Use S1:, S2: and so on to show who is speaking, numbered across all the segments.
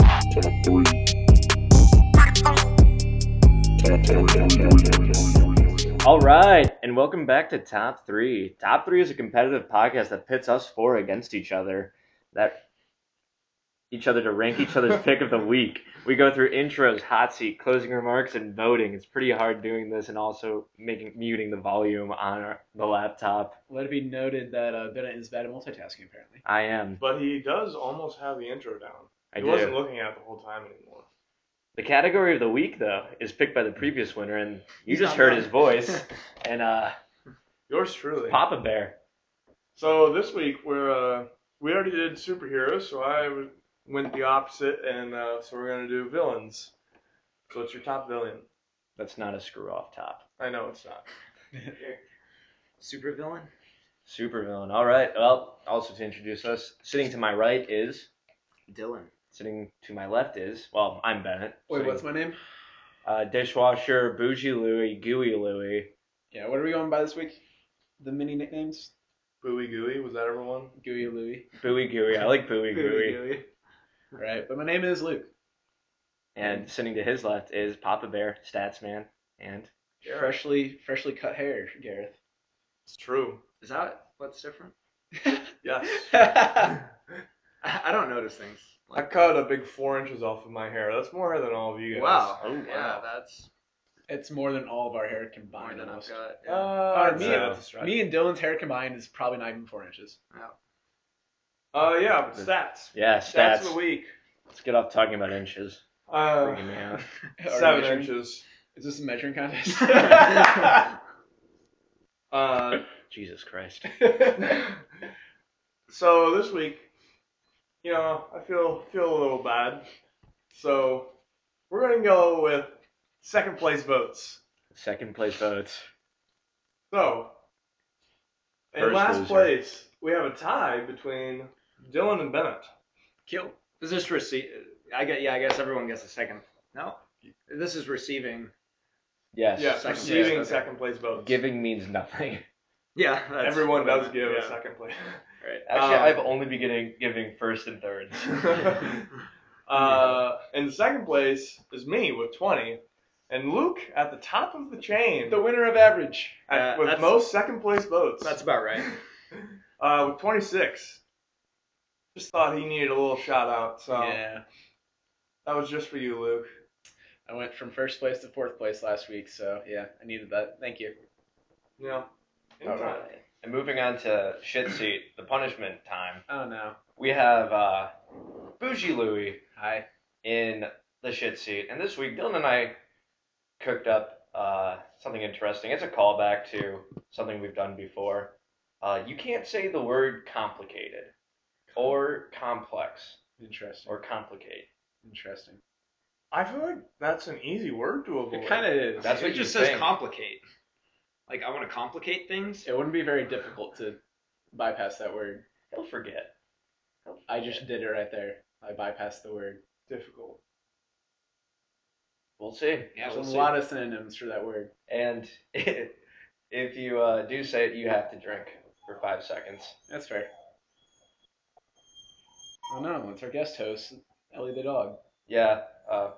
S1: Top three. Top three.
S2: All right, and welcome back to Top Three. Top Three is a competitive podcast that pits us four against each other, that each other to rank each other's pick of the week. We go through intros, hot seat, closing remarks, and voting. It's pretty hard doing this and also making muting the volume on our, the laptop.
S3: Let it be noted that uh, Bennett is bad at multitasking, apparently.
S2: I am.
S4: But he does almost have the intro down.
S2: I
S4: he
S2: do.
S4: wasn't looking at it the whole time anymore.
S2: The category of the week, though, is picked by the previous winner, and you
S3: He's
S2: just
S3: not
S2: heard
S3: done.
S2: his voice. And uh,
S4: Yours truly.
S2: Papa Bear.
S4: So this week we're uh, we already did superheroes, so I w- went the opposite, and uh, so we're gonna do villains. So it's your top villain.
S2: That's not a screw off top.
S4: I know it's not.
S3: Super villain.
S2: Supervillain. All right. Well, also to introduce us, sitting to my right is,
S5: Dylan.
S2: sitting to my left is, well, I'm Bennett.
S3: Wait,
S2: Sitting-
S3: what's my name?
S2: Uh, dishwasher, bougie Louie, gooey Louie.
S3: Yeah, what are we going by this week? The mini nicknames?
S4: Booey Gooey was that everyone?
S3: Gooey Louie.
S2: Booey gooey. I like booey gooey.
S3: Right, but my name is Luke.
S2: And sitting to his left is Papa Bear, stats man, and
S4: Garrett.
S3: Freshly freshly cut hair, Gareth.
S4: It's true.
S5: Is that what's different?
S4: Yes.
S5: I, I don't notice things.
S4: I
S5: Like,
S4: cut a big four inches off of my hair. That's more hair than all of you guys.
S5: wow.
S2: Oh, wow.
S5: Yeah, that's
S3: it's more than all of our hair
S5: more
S3: combined.
S5: than I've
S3: almost.
S5: got.
S4: Uh,
S5: yeah.
S4: I'd
S3: me
S4: say
S3: and-
S4: that's a stretch.
S3: Me and Dylan's hair combined is probably not even four inches.
S4: Uh, yeah, but stats.
S2: yeah,
S4: Stats
S2: stats.
S4: of the week.
S2: Let's get off talking about inches.
S4: Uh,
S2: Freaking me out.
S3: Are we
S4: seven
S3: measuring-
S4: inches.
S3: Is this a measuring contest?
S4: Uh,
S2: Jesus Christ.
S4: so this week, you know, I feel feel a little bad. So we're gonna go with second place votes.
S2: Second place votes.
S4: So in
S2: First
S4: last
S2: loser.
S4: place, we have a tie between Dylan and Bennett.
S3: Kill.
S5: Is this receive? I get. Yeah, I guess everyone gets a second. No, this is receiving.
S2: Yes.
S4: Yes,
S5: second place,
S4: receiving
S5: okay.
S4: second place votes.
S2: Giving means nothing.
S5: Yeah, that's
S4: Everyone does
S5: yeah.
S4: give a second place.
S5: Right.
S2: Actually,
S4: Um,
S2: I've only been getting, giving first and thirds.
S4: uh, in second place is me with twenty, and Luke at the top of the chain
S3: The winner of average.
S4: at,
S5: Uh,
S4: with
S5: that's-
S4: most second place votes.
S5: That's about right.
S4: Uh, with 26. Just thought he needed a little shout out, so
S3: Yeah.
S4: that was just for you, Luke.
S3: I went from first place to fourth place last week, so yeah, I needed that. Thank you.
S4: Yeah. Anytime.
S2: Alright. And moving on to shit seat, the punishment time.
S3: Oh no.
S2: We have uh, Bougie Louie
S3: Hi.
S2: in the shit seat, and this week Dylan and I cooked up uh, something interesting. It's a callback to something we've done before. Uh, you can't say the word complicated, or complex,
S3: Interesting.
S2: or complicate.
S3: Interesting.
S4: I feel like that's an easy word to avoid.
S3: It kind of is.
S2: That's
S5: it
S2: what you
S5: just says
S2: think.
S5: complicate. Like I want to complicate things.
S3: It wouldn't be very difficult to bypass that word.
S2: He'll forget. He'll
S3: I
S2: forget.
S3: just did it right there. I bypassed the word.
S4: difficult.
S2: we'll see.
S5: Yeah,
S3: There's
S5: we'll
S3: a
S5: see.
S3: lot of synonyms for that word.
S2: And if you uh, do say it, you have to drink for five seconds.
S3: That's fair. Oh no, it's our guest host, Ellie the dog.
S2: Yeah, uh,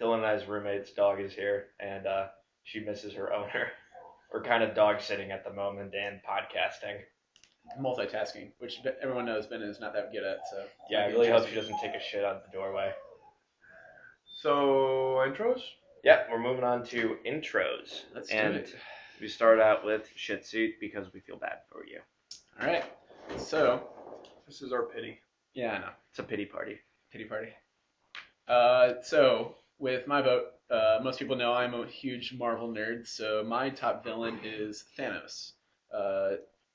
S2: Dylan and I's roommate's dog is here, and uh, she misses her owner. We're kind of dog sitting at the moment and podcasting.
S3: Multitasking, which Ben- everyone knows Ben is not that good at. So
S2: Yeah, I
S3: Might be
S2: really hope she
S3: interesting.
S2: doesn't take a shit out the doorway.
S4: So, intros?
S2: Yep, we're moving on to intros.
S3: Let's
S2: and
S3: do it.
S2: we start out with shit suit because we feel bad for you.
S3: All right. So
S4: This is our pity.
S3: yeah, I know.
S2: It's a pity party.
S3: Pity party. Uh, so with my vote, uh, most people know I'm a huge Marvel nerd, so my top villain is Thanos, uh,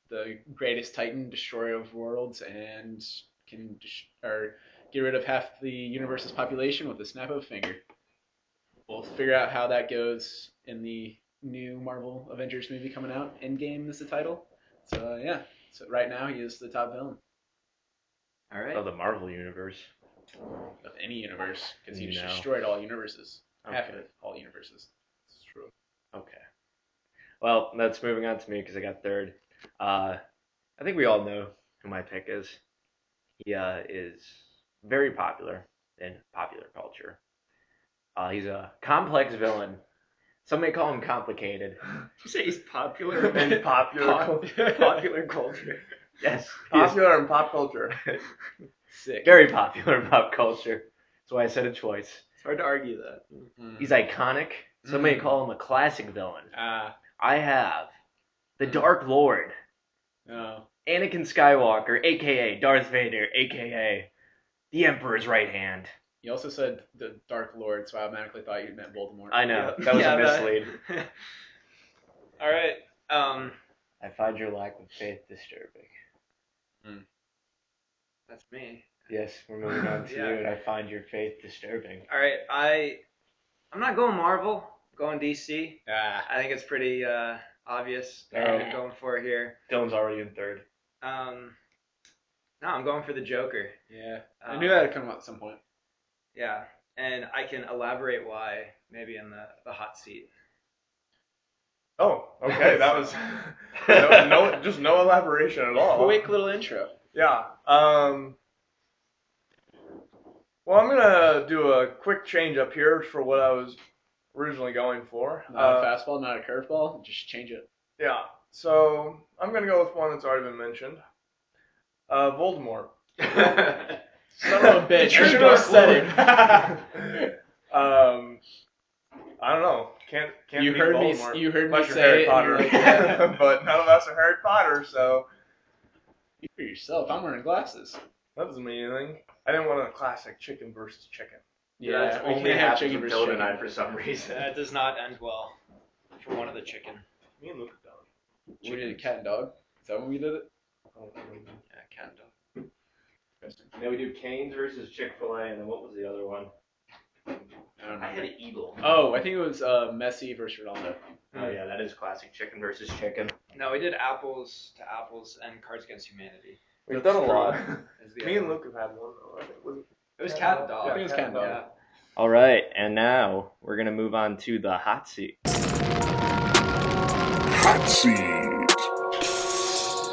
S3: the greatest Titan, destroyer of worlds, and can dis- or get rid of half the universe's population with a snap of a finger. We'll figure out how that goes in the new Marvel Avengers movie coming out. Endgame is the title. So uh, yeah, so right now he is the top villain
S5: All right.
S2: Oh, the Marvel universe.
S3: of any universe because he just
S2: No.
S3: destroyed all universes. Half of
S2: Okay.
S3: it, all universes.
S4: It's true.
S2: Okay. Well, that's moving on to me because I got third. Uh, I think we all know who my pick is. He uh, is very popular in popular culture. Uh, he's a complex villain. Some may call him complicated.
S5: you say he's popular
S4: And
S5: and
S4: popular,
S5: pop- popular culture.
S2: Yes, he is
S4: popular in pop culture.
S3: Sick.
S2: very popular in pop culture. That's why I said it twice.
S5: It's hard to argue that.
S3: Mm.
S2: He's iconic. Some may call him a classic villain.
S3: Ah,
S2: I have the Dark Lord,
S3: no.
S2: Anakin Skywalker, aka Darth Vader, aka the Emperor's right hand.
S3: You also said the Dark Lord, so I automatically thought you meant Voldemort.
S2: I know that was
S5: Yeah,
S2: a
S5: but-
S2: mislead.
S5: All right. Um,
S2: I find your lack of faith disturbing.
S5: that's me.
S2: Yes, we're moving on to
S5: Yeah.
S2: you, and I find your faith disturbing.
S5: All right. I I'm not going Marvel. I'm going DC.
S3: Ah,
S5: I think it's pretty uh, obvious what
S2: Oh.
S5: I'm going for here.
S2: Dylan's already in third.
S5: Um, no, I'm going for the Joker.
S3: yeah. I
S5: Um,
S3: knew that would come up at some point.
S5: Yeah, and I can elaborate why maybe in the, the hot seat.
S4: Oh, okay, that was no, no, just no elaboration at all.
S3: Quick little intro.
S4: Yeah. Um, well, I'm gonna do a quick change up here for what I was originally going for.
S3: Not
S4: Uh,
S3: a fastball, not a curveball. Just change it.
S4: yeah. So I'm gonna go with one that's already been mentioned. Uh, Voldemort.
S3: Son of a bitch. I
S4: You're
S3: should
S4: Dark
S3: have said
S4: Lord. um, I don't know. Can't
S3: it.
S4: can't
S3: you
S4: beat
S3: heard me.
S4: Voldemort.
S3: You heard me
S4: Unless you're
S3: say
S4: Harry
S3: it. and you're
S4: Potter,
S3: like, yeah.
S4: but none of us are Harry Potter, so
S3: You for yourself. I'm wearing glasses.
S4: that doesn't mean anything. I didn't want a classic chicken versus chicken.
S3: Yeah,
S5: that's
S3: we can't have chicken versus chicken.
S2: for some reason.
S5: That does not end well for one of the chicken.
S4: Me and Luke done.
S3: We did cat and dog. Is that when we did it? Yeah, cat and dog. Interesting.
S2: And then we do Canes versus Chick Fil A, and then what was the other one?
S3: I don't
S2: I had
S3: know.
S2: an eagle.
S3: Oh, I think it was uh, Messi versus Ronaldo.
S2: Oh yeah, that is classic chicken versus chicken.
S5: No, we did apples to apples and Cards Against Humanity.
S4: We've
S2: That's
S4: done a
S2: true.
S4: lot.
S5: Is the
S4: Me
S5: other
S4: and
S5: one.
S4: Luke have had one. though, I think. Was it-
S5: It was cat and dog.
S3: I think it was cat and dog.
S5: Yeah.
S2: All right, and now we're gonna move on to the hot seat.
S6: Hot seat.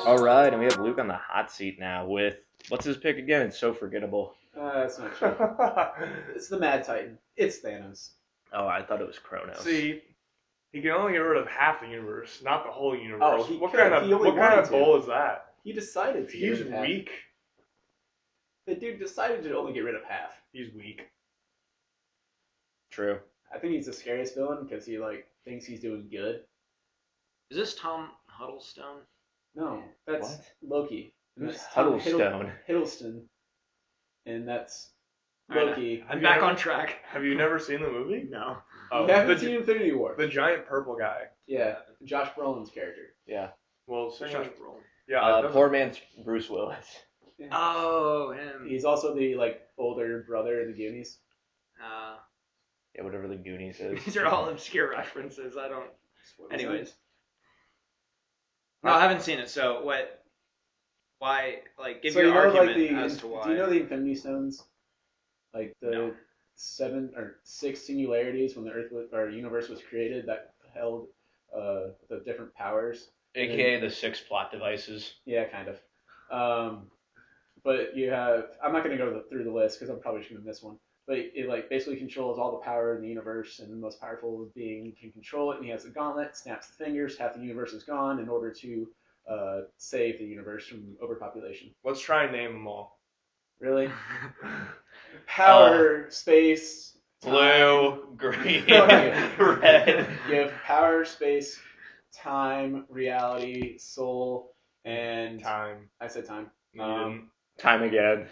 S2: All right, and we have Luke on the hot seat now with what's his pick again? It's so forgettable.
S3: Uh, that's not It's the Mad Titan. It's Thanos.
S2: Oh, I thought it was Chronos.
S4: See, he can only get rid of half the universe, not the whole universe.
S3: Oh, he
S4: what
S3: could.
S4: kind of
S3: He only
S4: what kind
S3: wanted
S4: of
S3: to.
S4: bull is that?
S3: He decided to.
S4: He's
S3: get rid of half.
S4: weak.
S3: The dude decided to only get rid of half.
S4: He's weak.
S2: true.
S3: I think he's the scariest villain because he like thinks he's doing good.
S5: Is this Tom Huddlestone?
S3: No, that's Loki. And
S2: Who's
S3: that's Tom
S2: Huddlestone?
S3: Hiddle- Hiddleston, and that's
S5: All right,
S3: Loki.
S4: Have
S5: I'm
S4: you
S5: back
S4: ever-
S5: on track.
S4: Have you never seen the movie?
S5: No.
S4: Oh,
S3: you haven't
S4: the,
S3: seen Infinity War.
S4: the giant purple guy.
S3: yeah, Josh Brolin's character.
S2: Yeah.
S4: Well, same as- yeah, it
S2: Uh,
S4: doesn't-
S2: poor man's Bruce Willis.
S5: Oh, him.
S3: He's also the like older brother in the Goonies.
S5: Uh,
S2: Yeah, whatever the Goonies is.
S5: these are all obscure references. I don't.
S3: Anyways,
S5: Anyways. No, I haven't seen it. So what? Why? Like, give
S3: so
S5: your
S3: you know
S5: argument
S3: like the
S5: as to why.
S3: do you know the Infinity Stones? Like the
S5: No.
S3: seven or six singularities when the Earth was, or universe was created that held uh, the different powers.
S2: AKA the six plot devices.
S3: Yeah, kind of. Um, but you have I'm not going to go the, through the list because I'm probably just going to miss one. But it like basically controls all the power in the universe, and the most powerful being can control it. And he has a gauntlet, snaps the fingers, half the universe is gone in order to uh, save the universe from overpopulation.
S4: Let's try and name them all.
S3: Really,
S4: Uh,
S3: power, space,
S2: Blue, green,
S3: red.
S2: red.
S3: You have power, space, time, reality, soul, and
S4: Time.
S3: I said time,
S4: No,
S3: Um,
S4: you didn't.
S2: Time again.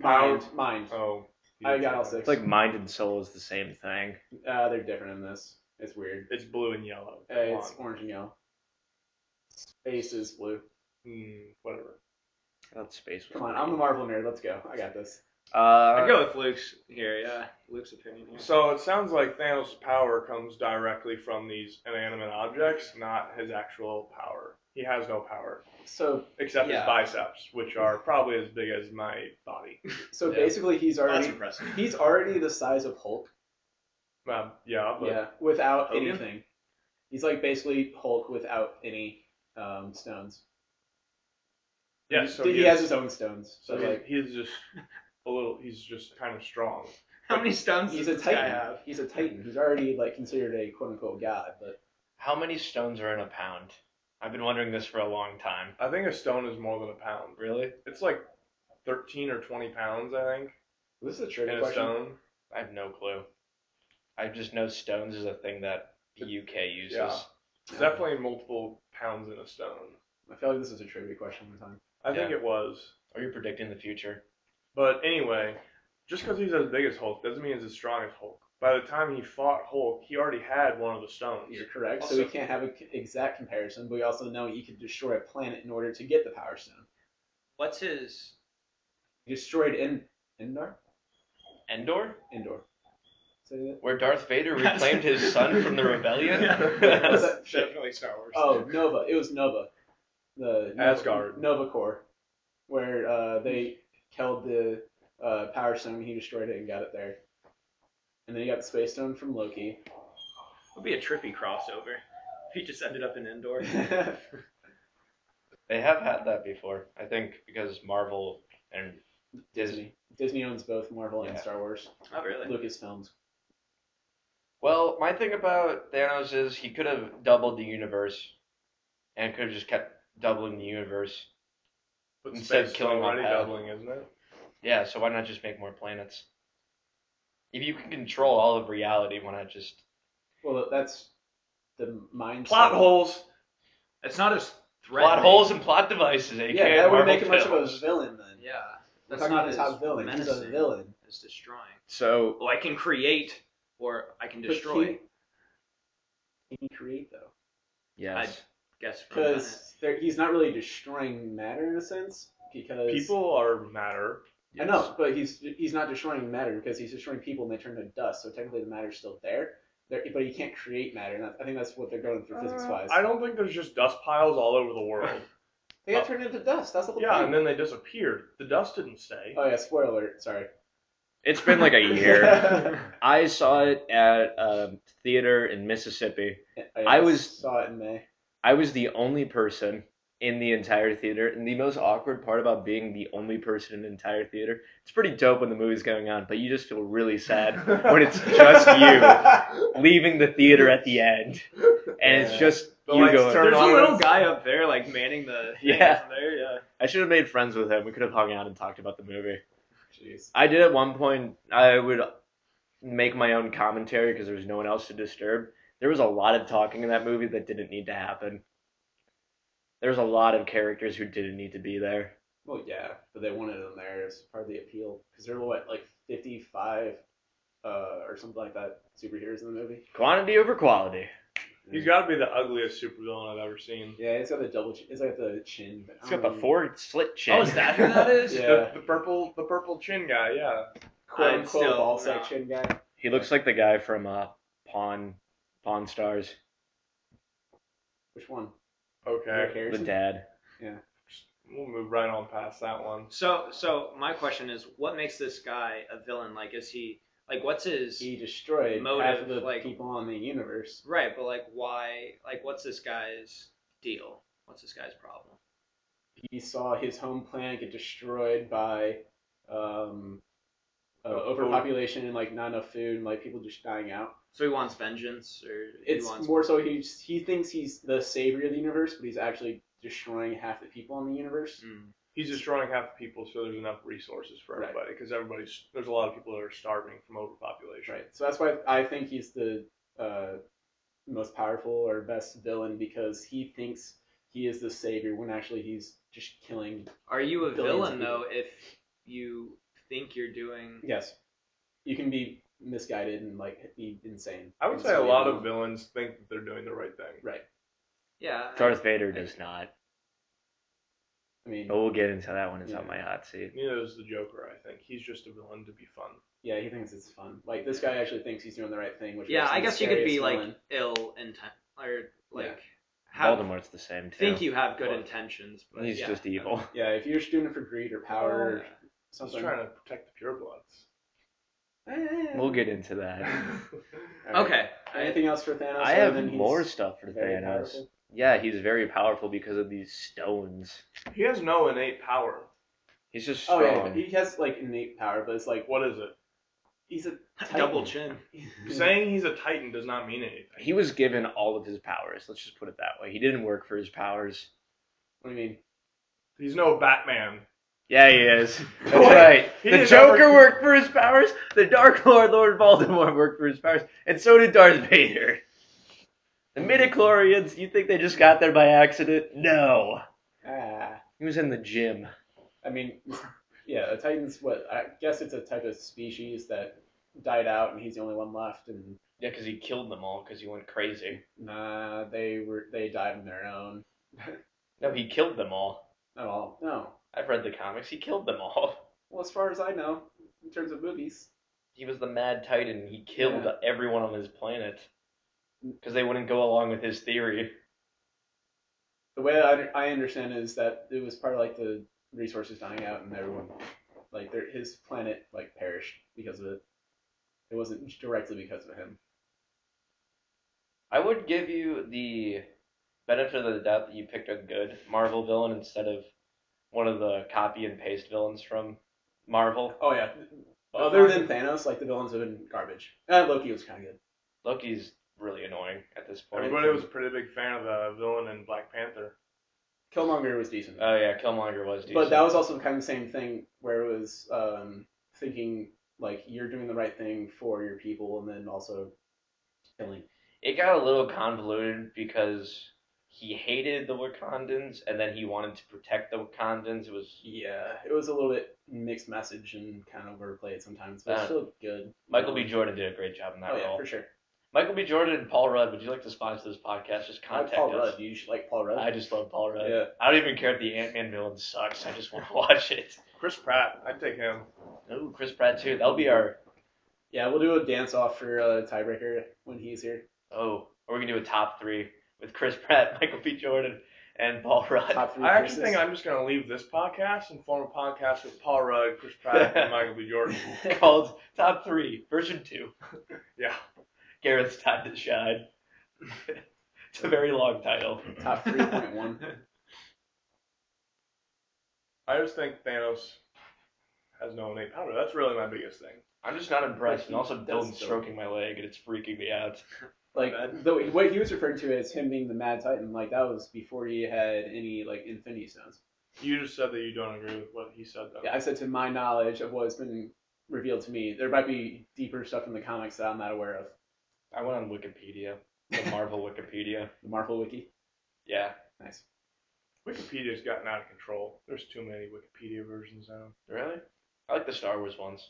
S4: Power.
S3: mind, mind.
S4: oh. you
S3: I
S4: didn't
S3: got
S4: say
S3: all
S4: that.
S3: six.
S2: It's like mind and soul is the same thing.
S3: Uh, they're different in this. It's weird.
S4: It's blue and yellow.
S3: Uh,
S4: Come
S3: it's
S4: on.
S3: orange and yellow. Space is blue.
S4: Hmm, whatever.
S2: That's space. was
S3: Come on, I'm the Marvel nerd. Let's go. I got this.
S2: Uh,
S5: I go with Luke's here. Yeah, Luke's opinion. Here.
S4: So it sounds like Thanos' power comes directly from these inanimate objects, not his actual power. He has no power
S3: So,
S4: except
S5: Yeah.
S4: his biceps, which are probably as big as my body.
S3: so
S5: Yeah.
S3: basically, he's
S5: that's
S3: already
S5: impressive.
S3: he's already the size of Hulk.
S4: Um, yeah, but
S3: yeah, without
S5: Hogan?
S3: anything. He's like basically Hulk without any um, stones.
S4: yeah. So
S3: he,
S4: he,
S3: has
S4: is-
S3: his own stones. So
S4: so he-
S3: like,
S4: he's just a little. He's just kind of strong.
S5: How many stones
S3: He's
S5: does
S3: a
S5: this guy
S3: titan.
S5: have?
S3: He's a titan. He's already like considered a quote unquote god, but
S2: How many stones are in a pound? I've been wondering this for a long time.
S4: I think a stone is more than a pound.
S2: Really?
S4: It's like thirteen or twenty pounds, I think,
S3: this is a
S4: in
S3: trivia
S4: a
S3: question.
S4: stone.
S2: I have no clue. I just know stones is a thing that the UK uses.
S4: Yeah. Definitely multiple pounds in a stone.
S3: I feel like this was a trivia question one time.
S4: I think
S2: Yeah.
S4: it was.
S2: Are you predicting the future?
S4: But anyway, just because he's as big as Hulk doesn't mean he's as strong as Hulk. By the time he fought Hulk, he already had one of the stones.
S3: You're correct. so
S5: Also-
S3: we can't have an exact comparison, but we also know you could destroy a planet in order to get the power stone.
S5: What's his?
S3: You destroyed in Endor.
S2: Endor?
S3: Endor. Say that.
S2: Where Darth Vader reclaimed his son from the rebellion?
S5: Yeah.
S3: That's
S5: definitely Star Wars.
S3: Oh, Nova. It was Nova. The Nova,
S4: Asgard.
S3: Nova Corps, where uh, they held the uh, Power Stone. He destroyed it and got it there. And then he got the Space Stone from Loki.
S5: It'd be a trippy crossover. If he just ended up in Endor.
S2: They have had that before, I think, because Marvel and
S3: Disney. Disney owns both Marvel
S2: Yeah.
S3: and Star Wars.
S5: oh, really?
S3: Lucasfilms.
S2: Well, my thing about Thanos is he could have doubled the universe, and could have just kept doubling the universe.
S4: But
S2: Instead of
S4: space is
S2: killing
S4: already
S2: one pound.
S4: doubling, isn't it?
S2: Yeah, so why not just make more planets? If you can control all of reality, why not just
S3: Well, that's the mindset.
S4: Plot holes.
S5: It's not as threatening.
S2: plot holes and plot devices? aka
S3: Yeah, that would
S2: Marvel
S3: make him much of a
S2: films.
S3: villain then.
S5: Yeah,
S3: That's
S5: that's
S3: talking
S5: not
S3: about
S5: as
S3: the top villain. He's a
S5: menacing
S3: villain.
S5: as destroying.
S2: So
S5: Well, I can create or I can
S3: But he-
S5: destroy.
S3: He can create though,
S5: yes. guess from that.
S3: because he's not really destroying matter in a sense. Because
S4: People are matter.
S3: I know, but he's he's not destroying matter because he's destroying people and they turn to dust. So technically, the matter's still there. There, but he can't create matter. And I- I think that's what they're going through physics wise.
S4: Uh, I don't think there's just dust piles all over the world.
S3: They got turned into dust. That's the whole
S4: yeah,
S3: point.
S4: and then they disappeared. The dust didn't stay.
S3: oh yeah, spoiler alert. Sorry.
S2: It's been like a year.
S3: Yeah,
S2: I saw it at a theater in Mississippi. I was-
S3: saw it in May.
S2: I was the only person in the entire theater, and the most awkward part about being the only person in the entire theater, it's pretty dope when the movie's going on, but you just feel really sad when it's just you leaving the theater at the end, and it's
S4: Yeah.
S2: just
S4: The
S2: you
S4: lights
S2: going.
S4: turn
S5: There's a
S4: on
S5: little
S4: and-
S5: guy up there like manning the thing
S2: Yeah.
S5: up there. Yeah.
S2: I should have made friends with him. We could have hung out and talked about the movie.
S3: Jeez.
S2: I did at one point. I would make my own commentary because there was no one else to disturb. There was a lot of talking in that movie that didn't need to happen. There was a lot of characters who didn't need to be there.
S3: Well, yeah, but they wanted them there as part of the appeal because there were what like fifty-five uh, or something like that superheroes in the movie.
S2: Quantity over quality.
S4: He's got to be the ugliest supervillain I've ever seen.
S3: Yeah, it's got the double. Chin, it's got the chin. but I
S2: It's got
S3: don't
S2: the
S4: Mm.
S3: know.
S2: four slit chin.
S5: Oh, is that who that is?
S3: Yeah.
S4: The, the purple, the purple chin guy. Yeah.
S3: quote
S5: I'm
S3: unquote
S5: still-
S3: ball
S5: no.
S3: section guy.
S2: He looks like the guy from uh, Pawn Pawn Stars,
S3: Which one? Rick
S4: Okay.
S2: the
S3: Harrison?
S2: dad.
S4: We'll move right on past that one.
S5: So, so my question is, what makes this guy a villain? Like, is he like, what's his
S3: He destroyed half of
S5: Motive,
S3: the
S5: like-
S3: people on the universe.
S5: right? But like, why? Like, what's this guy's deal? What's this guy's problem?
S3: He saw his home planet get destroyed by um, uh,
S4: Oh,
S3: overpopulation and like not enough food and like people just dying out.
S5: So he wants vengeance, or
S3: It's
S5: he wants
S3: more so he he thinks he's the savior of the universe, but he's actually destroying half the people in the universe.
S4: Mm-hmm.
S5: Mm.
S4: He's destroying half the people, so there's enough resources for
S3: Right.
S4: everybody. Because everybody's there's a lot of people that are starving from overpopulation.
S3: Right. So that's why I think he's the uh, most powerful or best villain because he thinks he is the savior when actually he's just killing
S5: Are you a
S3: Billions of
S5: villain though if you think you're doing?
S3: Yes. You can be misguided and like be insane.
S4: I would
S3: And
S4: say a
S3: so,
S4: lot
S3: yeah.
S4: of villains think that they're doing the right thing.
S3: Right.
S5: Yeah. I-
S2: Darth Vader does not.
S3: I mean,
S4: Oh.
S2: But we'll get into that when it's on my hot seat.
S4: Neither is the Joker. I think he's just a villain to be fun.
S3: yeah, he thinks it's fun. Like this guy actually thinks he's doing the right thing, which
S5: yeah,
S3: makes
S5: I
S3: him the
S5: guess you could be
S3: scariest
S5: like
S3: villain.
S5: ill intent or like
S3: Yeah.
S5: have
S2: Voldemort's the same too.
S5: think you have good
S4: Well,
S5: intentions, but
S2: He's
S5: yeah.
S2: just evil.
S3: Yeah, if you're just doing it for greed or
S5: Oh,
S3: power, or
S4: He's
S3: something. Eh.
S4: trying to protect the purebloods.
S2: We'll get into that.
S3: All right.
S5: Okay. I-
S3: Anything else for Thanos?
S2: I
S3: other
S2: have
S3: than he's
S2: more stuff for
S3: very
S2: Thanos.
S3: powerful?
S2: Yeah, he's very powerful because of these stones.
S4: he has no innate power.
S2: He's just
S3: Oh
S2: strong.
S3: yeah, but he has like innate power, but it's like
S4: What is it?
S3: he's a
S5: Double chin.
S4: Saying he's a titan does not mean anything.
S2: he was given all of his powers. Let's just put it that way. He didn't work for his powers.
S3: What do you mean?
S4: He's no Batman.
S2: Yeah, he is. That's
S4: What?
S2: right.
S4: He
S2: the
S4: did not
S2: Joker
S4: work-
S2: worked for his powers. The Dark Lord, Lord Voldemort, worked for his powers, and so did Darth Vader. The midichlorians, you think they just got there by accident? No.
S3: Ah,
S2: He was in the gym.
S3: I mean, yeah, a titan's what? I guess it's a type of species that died out, and he's the only one left. And
S2: Yeah, because he killed them all because he went crazy.
S3: nah, they were they died on their own.
S2: No, he killed them all.
S3: Not all. No.
S2: I've read the comics. He killed them all.
S3: Well, as far as I know, in terms of movies,
S2: He was the Mad Titan. He killed
S3: Yeah.
S2: everyone on his planet because they wouldn't go along with his theory.
S3: the way I, I understand is that it was part of like the resources dying out, and everyone like their his planet like perished because of it. It wasn't directly because of him.
S2: I would give you the benefit of the doubt that you picked a good Marvel villain instead of one of the copy and paste villains from Marvel.
S3: Oh yeah. Other than Thanos, like the villains have been garbage. Uh, Loki was kind of good.
S2: Loki's really annoying at this point.
S4: Everybody was a pretty big fan of the villain in Black Panther.
S3: Killmonger was decent,
S2: Oh yeah, Killmonger was decent.
S3: but that was also kind of the same thing where it was um, thinking like you're doing the right thing for your people, and then also killing.
S2: it got a little convoluted because he hated the Wakandans and then he wanted to protect the Wakandans. It was
S3: Yeah, it was a little bit mixed message and kind of overplayed sometimes, but
S2: Uh,
S3: it's still good.
S2: Michael B. Jordan did a great job in that
S3: Oh yeah,
S2: role.
S3: for sure.
S2: Michael B. Jordan and Paul Rudd, would you like to sponsor this podcast? Just
S3: I like
S2: contact
S3: Paul
S2: us.
S3: Rudd. You should like Paul Rudd.
S2: I just love Paul Rudd.
S3: Yeah.
S2: I don't even care if the Ant Man villain sucks. I just want to watch it.
S4: Chris Pratt, I'd take him.
S2: Ooh, Chris Pratt too. That'll be our
S3: yeah, we'll do a dance off for uh, tiebreaker when he's here.
S2: oh. Or we can do a top three with Chris Pratt, Michael B. Jordan, and Paul Rudd.
S3: Top three
S4: I actually
S3: versus-
S4: think I'm just gonna leave this podcast and form a podcast with Paul Rudd, Chris Pratt, and Michael B. Jordan.
S2: called Top Three Version Two.
S4: Yeah.
S2: Garrett's Time to Shine. it's a very long title.
S3: top three point one.
S4: I just think Thanos has no innate power. That's really my biggest thing.
S2: I'm just not impressed, and also
S3: That's
S2: Dylan's
S3: dope.
S2: stroking my leg, and it's freaking me out.
S3: Like
S4: Bad.
S3: the what he was referring to as him being the Mad Titan, like that was before he had any like Infinity Stones.
S4: You just said that you don't agree with what he said though.
S3: Yeah, I said to my knowledge of what's been revealed to me, there might be deeper stuff in the comics that I'm not aware of.
S2: I went on Wikipedia, the Marvel Wikipedia.
S3: The Marvel Wiki,
S2: Yeah,
S3: nice.
S4: Wikipedia's gotten out of control. There's too many Wikipedia versions now.
S2: really. I like the Star Wars ones.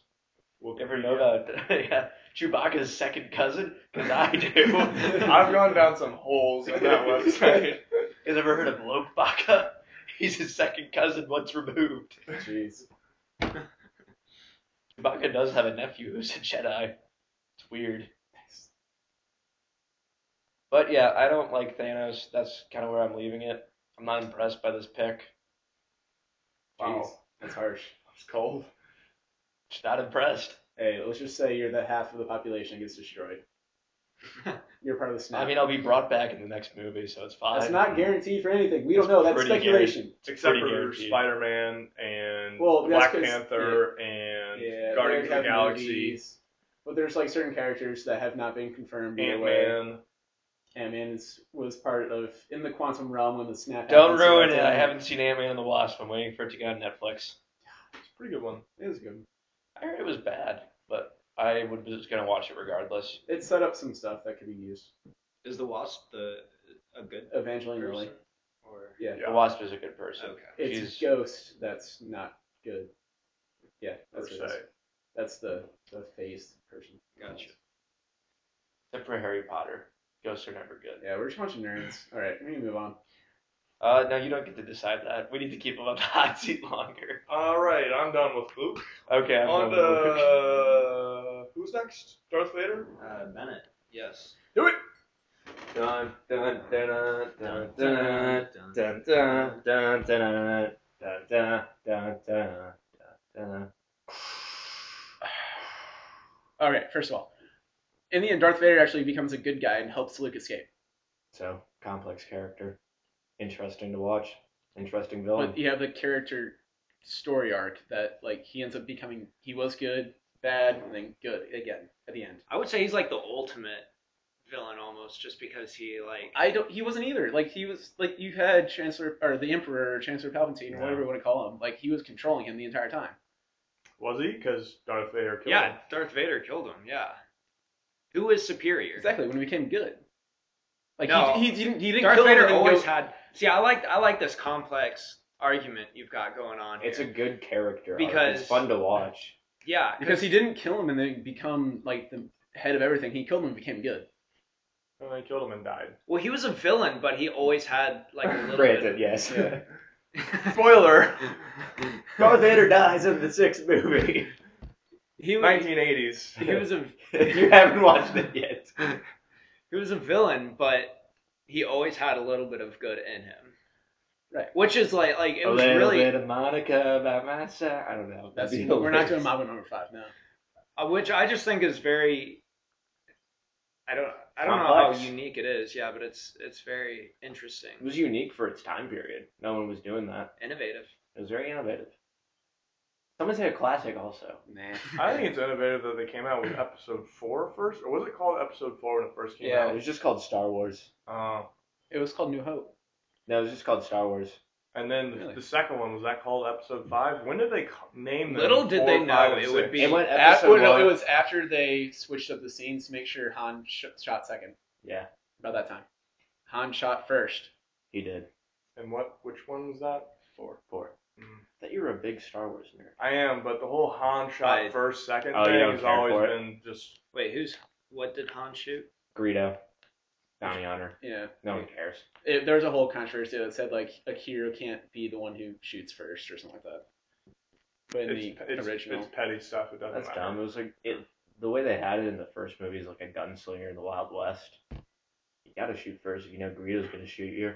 S4: Wikipedia.
S2: You ever know about yeah, Chewbacca's second cousin? Because I do.
S4: I've gone down some holes on that website.
S2: You guys ever heard of Luke Baca? He's his second cousin once removed.
S3: Jeez.
S2: Chewbacca does have a nephew who's a Jedi. It's weird. But yeah, I don't like Thanos. That's kind of where I'm leaving it. I'm not impressed by this pick.
S3: Wow,
S4: Jeez.
S3: that's harsh.
S4: It's cold.
S2: Just not impressed.
S3: Hey, let's just say you're the half of the population that gets destroyed. You're part of the snap.
S2: I mean, I'll be brought back in the next movie, so it's fine.
S3: that's not guaranteed for anything. We
S2: It's
S3: don't know. That's
S2: pretty
S3: speculation.
S2: It's
S4: Except
S2: pretty
S4: for
S2: guaranteed.
S4: Spider-Man and
S3: Well, that's
S4: Black
S3: 'cause-
S4: Panther and
S3: Yeah, they
S4: Guardians of the
S3: have
S4: Galaxy,
S3: movies. But there's like certain characters that have not been confirmed. either way.
S4: Ant-Man.
S3: Ant-Man is- was part of in the quantum realm when the snap.
S2: Don't
S3: happens, so
S2: ruin
S3: that's
S2: it. I
S3: Ant-Man.
S2: haven't seen Ant Man and the Wasp. I'm waiting for it to go on Netflix.
S4: It's a pretty good one.
S3: It was good.
S2: I heard it was bad, but I would- was just gonna watch it regardless.
S3: It set up some stuff that could be used.
S5: Is the wasp the a good
S3: Evangeline
S5: person?
S3: Lilly.
S5: Or
S3: Yeah.
S2: The Wasp is a good person.
S5: okay.
S3: It's
S2: She's-
S3: Ghost that's not good. Yeah, that's
S4: per
S3: what it
S4: se.
S3: is. That's the the phased person.
S5: Gotcha.
S2: Except for Harry Potter, ghosts are never good.
S3: Yeah, we're just a bunch of nerds. All right, we can move on.
S2: Uh, no, you don't get to decide that. We need to keep him on the hot seat longer.
S4: All right, I'm done with Luke.
S2: Okay, I'm going
S4: On
S2: Luke.
S4: to who's next? Darth Vader.
S5: Uh, Bennett. Yes.
S4: Do it.
S2: Dun, dun, dun, dun, dun, dun,
S5: Dun,
S2: dun,
S5: dun.
S2: dun, dun, dun, dun, dun, dun, dun, dun, dun.
S3: All right, first of all, in the end, Darth Vader actually becomes a good guy and helps Luke escape.
S2: So complex character, interesting to watch, interesting
S3: But
S5: Oh.
S2: villain.
S3: you have the character story arc that like he ends up becoming he was good, bad, and then good again at the end.
S5: I would say he's like the ultimate villain almost, just because he like
S3: I don't. He wasn't either. Like he was like you had Chancellor or the Emperor or Chancellor Palpatine or
S4: Yeah.
S3: whatever you want to call him. Like he was controlling him the entire time.
S4: Was he? Because Darth Vader killed
S5: yeah,
S4: him.
S5: Darth Vader killed him. Yeah, who is superior?
S3: Exactly when he became good. Like
S5: No.
S3: he, he didn't he didn't
S5: Darth
S3: kill him
S5: Vader
S3: and then
S5: always
S3: go-
S5: had. See, I like I like this complex argument you've got going on.
S7: It's a
S5: here.
S7: good character. arc.
S5: Because-
S7: it's fun to watch.
S5: yeah,
S3: because he didn't kill him and then become like the head of everything. He killed him and became good.
S4: And they killed him and died.
S5: Well, he was a villain, but he always had like a little
S7: Granted,
S5: bit.
S7: yes.
S4: Yeah.
S7: Spoiler. Darth Vader dies in the sixth movie.
S5: He was,
S4: 1980s.
S5: he was a
S7: you haven't watched it yet.
S5: he was a villain, but he always had a little bit of good in him.
S3: Right.
S5: Which is like like it
S7: a
S5: was
S7: little
S5: really
S7: bit of Monica by my side. I don't know.
S3: That's
S7: That'd be
S3: we're not
S7: hilarious.
S3: doing Mambo number five now.
S5: uh, which I just think is very. I don't I don't know
S7: Complex.
S5: how unique it is. Yeah, but it's it's very interesting,
S7: It was unique for its time period. No one was doing that.
S5: innovative.
S7: It was very innovative. Some would say a classic also.
S3: Nah.
S4: I think it's innovative that they came out with episode four first, or was it called episode four when it first came
S3: Yeah.
S7: It was just called Star Wars.
S4: out? Uh,
S3: It was called New Hope.
S7: No, it was just called Star Wars.
S4: and then
S3: Really?
S4: the second one was that called episode five? When did they ca- name them?
S5: Little did
S4: four,
S5: they
S4: five,
S5: know
S4: and
S5: it would
S4: six?
S5: be-
S7: It went
S3: Af-
S7: episode
S3: well, no,
S7: one.
S3: it was after they switched up the scenes to make sure Han sh- shot second.
S7: Yeah,
S3: About that time, Han shot first.
S7: he did.
S4: And what? Which one was that?
S7: Four. Four.
S4: Mm.
S7: That you were a big Star Wars nerd.
S4: I am, but the whole Han shot
S5: I-
S4: first, second
S7: Oh, you
S4: thing
S7: don't
S4: has
S7: care
S4: always
S7: for it?
S4: been just.
S5: Wait, who's what did Han shoot?
S7: Greedo. Bounty Hunter.
S3: Yeah,
S7: No one cares.
S3: it, there was a whole controversy that said like a hero can't be the one who shoots first or something like that. But in
S4: It's,
S3: the
S4: it's,
S3: original,
S4: it's petty stuff. It doesn't
S7: That's
S4: matter.
S7: dumb. It was like it, the way they had it in the first movie is like a gunslinger in the Wild West. You gotta shoot first if you know Greedo's gonna shoot you.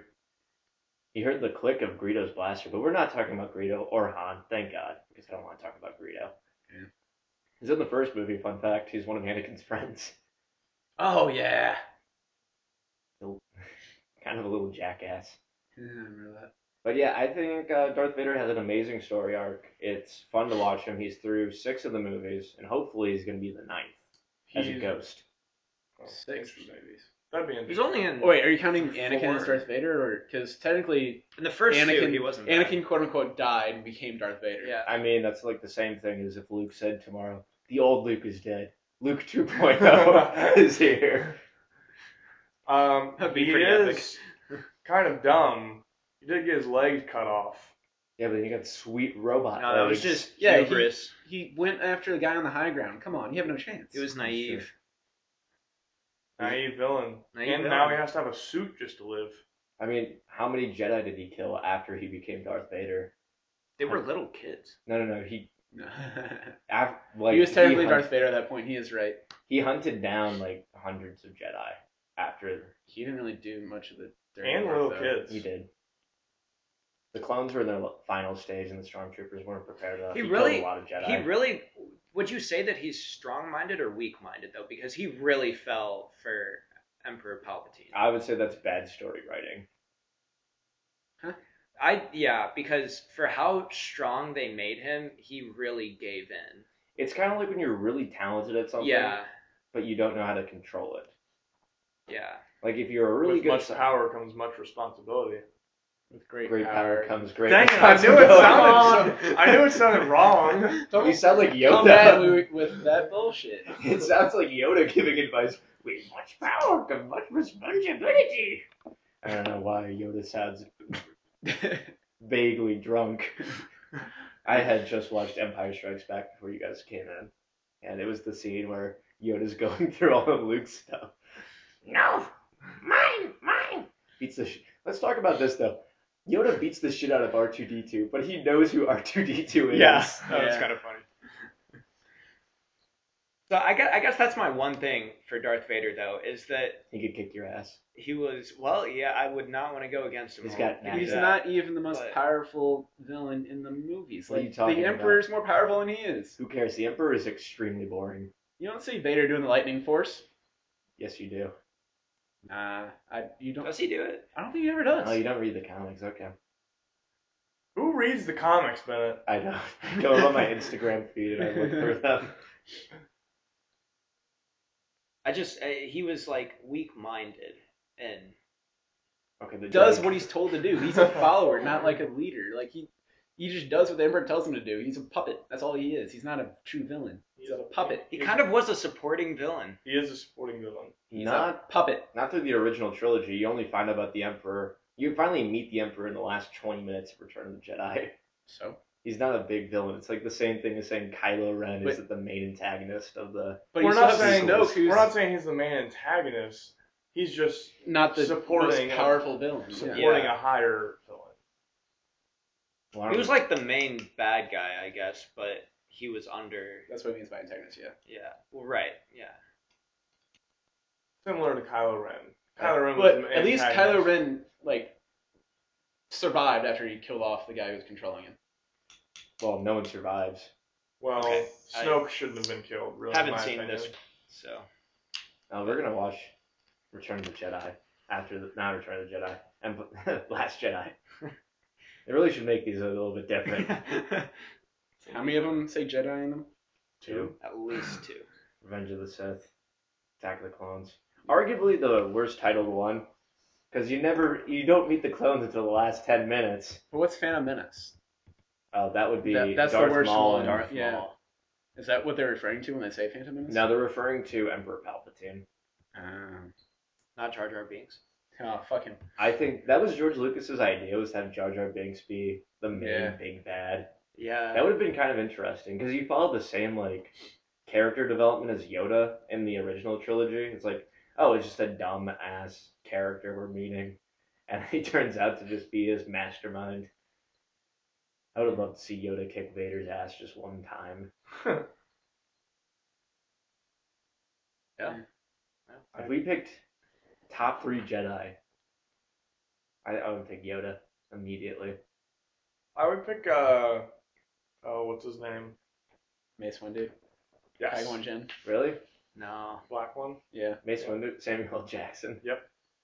S7: You heard the click of Greedo's blaster, but we're not talking about Greedo or Han, thank God, because I don't want to talk about Greedo.
S3: Yeah.
S7: He's in the first movie. Fun fact: he's one of Anakin's friends.
S3: oh yeah,
S7: Kind of a little jackass.
S3: Yeah, I remember that.
S7: But yeah, I think uh, Darth Vader has an amazing story arc. It's fun to watch him. He's through six of the movies, and hopefully he's gonna be the ninth as a
S4: He's-
S7: ghost.
S4: oh,
S3: Six
S4: interesting.
S3: movies.
S4: That'd be
S5: He was
S4: interesting.
S5: only in
S3: Oh, wait, are you counting Anakin
S5: Four.
S3: as Darth Vader, or because technically
S5: in the first two.
S3: Anakin-
S5: He wasn't. bad.
S3: Anakin quote unquote died and became Darth Vader?
S5: Yeah.
S7: I mean, that's like the same thing as if Luke said tomorrow, the old Luke is dead. Luke 2.0 is here.
S4: Um,
S5: That'd be
S4: he
S5: pretty epic.
S4: is kind of dumb. He did get his legs cut off.
S7: Yeah, but he got sweet robot
S5: No, that was
S7: legs.
S5: just
S3: Yeah, he-
S5: hubris.
S3: He went after the guy on the high ground. Come on, you have no chance.
S5: He was naive.
S4: Naive villain.
S5: Naive
S4: and now he
S5: villain.
S4: has to have a suit just to live.
S7: I mean, how many Jedi did he kill after he became Darth Vader?
S5: They were little kids.
S7: No, no, no. He
S3: he
S7: af like
S3: was technically
S7: hun-
S3: Darth Vader at that point. He is right.
S7: He hunted down like hundreds of Jedi after
S3: He didn't really do much of the dirty
S4: And
S3: work,
S4: little
S3: though.
S4: kids.
S7: he did. The clones were in their final stage, and the stormtroopers weren't prepared enough.
S5: He
S7: killed
S5: really-
S7: a lot of Jedi.
S5: He really. Would you say that he's strong-minded or weak-minded though? Because he really fell for Emperor Palpatine.
S7: I would say that's bad story writing.
S5: I yeah, because for how strong they made him, he really gave in.
S7: It's kind of like when you're really talented at something,
S5: Yeah,
S7: but you don't know how to control it.
S5: yeah.
S7: Like if you're a really
S4: With
S7: good
S4: much
S7: si-
S4: power comes much responsibility.
S3: With great,
S7: great power comes great
S4: Dang it, I knew it sounded, so- I knew it sounded wrong.
S3: Don't
S7: You sound like
S3: come at
S7: Yoda.
S3: me with that bullshit.
S7: It sounds like Yoda giving advice. With much power comes much responsibility. I don't know why Yoda sounds vaguely drunk. I had just watched Empire Strikes Back before you guys came in, and it was the scene where Yoda's going through all of Luke's stuff. No, mine, mine. Beats the. Sh- Let's talk about this though. Yoda beats the shit out of R two D two, but he knows who R two D two is.
S4: No, that's
S3: Yeah.
S4: kind of funny.
S5: So I guess, I guess that's my one thing for Darth Vader though is that
S7: he could kick your ass.
S5: he was well yeah I would not want to go against him.
S7: He's
S5: all.
S7: got
S5: He
S7: knack.
S5: was
S3: He's
S7: Yeah.
S3: not even the most
S5: But-
S3: powerful villain in the movies.
S7: What are
S3: Like
S7: you talking
S3: the
S7: about?
S3: Emperor's more powerful than he is.
S7: Who cares? The Emperor is extremely boring.
S3: You don't see Vader doing the lightning force.
S7: Yes, you do.
S3: Nah, I you don't.
S5: Does he do it?
S3: I don't think he ever does.
S7: Oh, you don't read the comics. Okay.
S4: Who reads the comics, Bennett?
S7: I know. Go on my Instagram feed and I look for them.
S5: I just I, he was like weak-minded, and
S7: Okay, the
S3: does
S7: Drake.
S3: what he's told to do. He's a follower, not like a leader. Like he, he just does what the emperor tells him to do. He's a puppet. That's all he is. He's not a true villain. He's a puppet.
S5: he kind of was a supporting villain.
S4: He is a supporting villain.
S3: He's
S7: not
S3: a puppet.
S7: not through the original trilogy. You only find out about the Emperor. You finally meet the Emperor in the last twenty minutes of Return of the Jedi.
S3: So,
S7: He's not a big villain. It's like the same thing as saying Kylo Ren
S3: But-
S7: is the main antagonist of the.
S3: but
S4: we're
S3: you still
S4: not
S3: have
S4: saying
S3: Snoke, who's
S4: we're not saying he's the main antagonist. He's just
S3: not the
S4: supporting-
S3: most powerful villain.
S4: supporting a higher villain.
S7: Well, I don't
S5: He was
S3: Um,
S7: know.
S5: like the main bad guy, I guess, but he was under.
S3: That's what he means by antagonist. Yeah.
S5: Yeah, well, right. Yeah,
S4: Similar to Kylo Ren. Kylo Ren was
S3: But
S4: the
S3: at least Kylo
S4: antagonist.
S3: Ren like survived after he killed off the guy who was controlling him.
S7: well, no one survives.
S4: Well,
S5: Okay. I-
S4: Snoke shouldn't have been killed. Really, in
S5: haven't
S4: my
S5: seen
S4: opinion.
S5: this. So
S7: Uh, we're gonna watch Return of the Jedi after the not Return of the Jedi and Last Jedi. they really should make these a little bit different.
S3: How many of them say Jedi in them?
S7: Two,
S5: at least two.
S7: Revenge of the Sith, Attack of the Clones. Arguably the worst titled one, because you never you don't meet the clones until the last ten minutes.
S3: But what's Phantom Menace?
S7: Uh, that would be
S3: That- that's the
S7: Darth
S3: worst
S7: Maul
S3: one,
S7: and
S3: Darth- yeah.
S7: Maul.
S3: Is that what they're referring to when they say Phantom Menace?
S7: Now they're referring to Emperor Palpatine.
S3: Um,
S5: Not Jar Jar Binks.
S3: oh, fuck him.
S7: I think that was George Lucas's idea was to have Jar Jar Binks be the main
S3: Yeah.
S7: big bad.
S5: Yeah.
S7: That would have been kind of interesting because you followed the same like character development as Yoda in the original trilogy. It's like, oh, it's just a dumb ass character we're meeting, and he turns out to just be his mastermind. I would have loved to see Yoda kick Vader's ass just one time. If we picked top three Jedi, I, I would pick Yoda immediately.
S4: I would pick uh, oh, what's his name?
S3: Mace Windu.
S4: Yes,
S3: Qui-Gon Jinn.
S7: Really?
S5: no.
S4: black one.
S3: Yeah.
S7: Mace Windu, Samuel L. Jackson.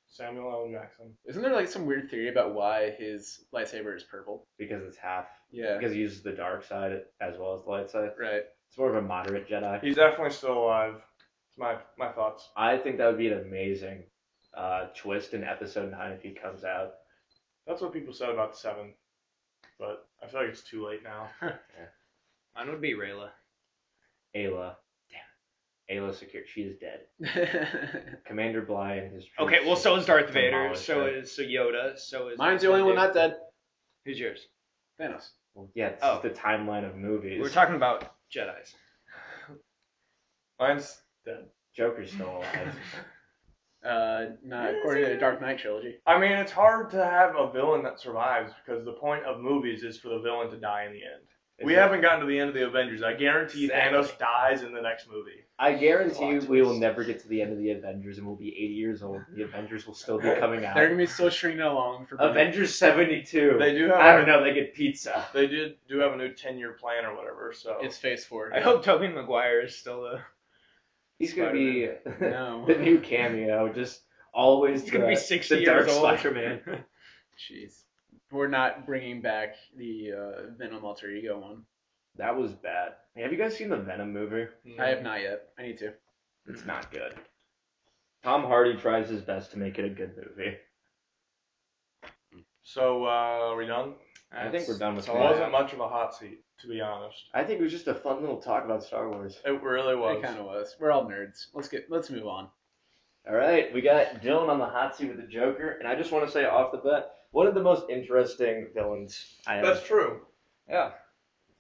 S4: Samuel L. Jackson.
S3: Isn't there like some weird theory about why his lightsaber is purple?
S7: Because it's half.
S3: Yeah.
S7: Because he uses the dark side as well as the light side.
S3: Right.
S7: It's more of a moderate Jedi.
S4: He's definitely still alive. It's my my thoughts.
S7: I think that would be an amazing uh, twist in episode nine if he comes out.
S4: That's what people said about seven, but I feel like it's too late now.
S5: Mine would be Rayla.
S7: Ayla, damn, Ayla secure. She is dead. Commander Bly and his. troops
S5: Okay, well, so is Darth Vader.
S7: demolished
S5: So
S7: her.
S5: is so Yoda. So is.
S3: Mine's the only one not dead.
S5: Who's yours?
S3: Thanos.
S7: Well, yeah, it's
S5: Oh.
S7: the timeline of movies.
S5: We're talking about Jedi's.
S4: Mine's dead.
S7: Joker's still alive.
S3: Uh, not according to the Dark Knight trilogy.
S4: I mean, it's hard to have a villain that survives because the point of movies is for the villain to die in the end. we
S7: It's-
S4: haven't gotten to the end of the Avengers. I guarantee
S7: Exactly.
S4: Thanos dies in the next movie.
S7: I guarantee you,
S5: Plot
S7: we will
S5: twist.
S7: never get to the end of the Avengers, and we'll be 80 years old. The Avengers will still be coming out.
S3: They're gonna be still stringing along for.
S7: Avengers 72.
S4: They do have.
S7: I don't know. They get pizza.
S4: They did do have a new ten-year plan or whatever. So
S3: It's Phase Four.
S5: I hope Tobey Maguire is still a.
S7: He's gonna be
S3: No.
S7: the new cameo. Just always.
S5: He's gonna
S7: the-
S5: be sixty
S7: the
S5: years
S7: Dark
S5: old.
S7: Spider-Man.
S3: Jeez. We're not bringing back the uh, Venom alter ego one.
S7: That was bad. Hey, have you guys seen the Venom movie?
S3: I have not yet. I need to.
S7: It's not good. Tom Hardy tries his best to make it a good movie.
S4: So uh, are we done?
S7: I think we're done with
S4: It
S7: that.
S4: wasn't much of a hot seat, to be honest.
S7: I think it was just a fun little talk about Star Wars.
S4: It really was.
S3: It kind of was. We're all nerds. Let's get. Let's move on.
S7: All right, we got Uh, Dylan on the hot seat with the Joker, and I just want to say off the bat, one of the most interesting villains I ever.
S4: That's true.
S5: Yeah.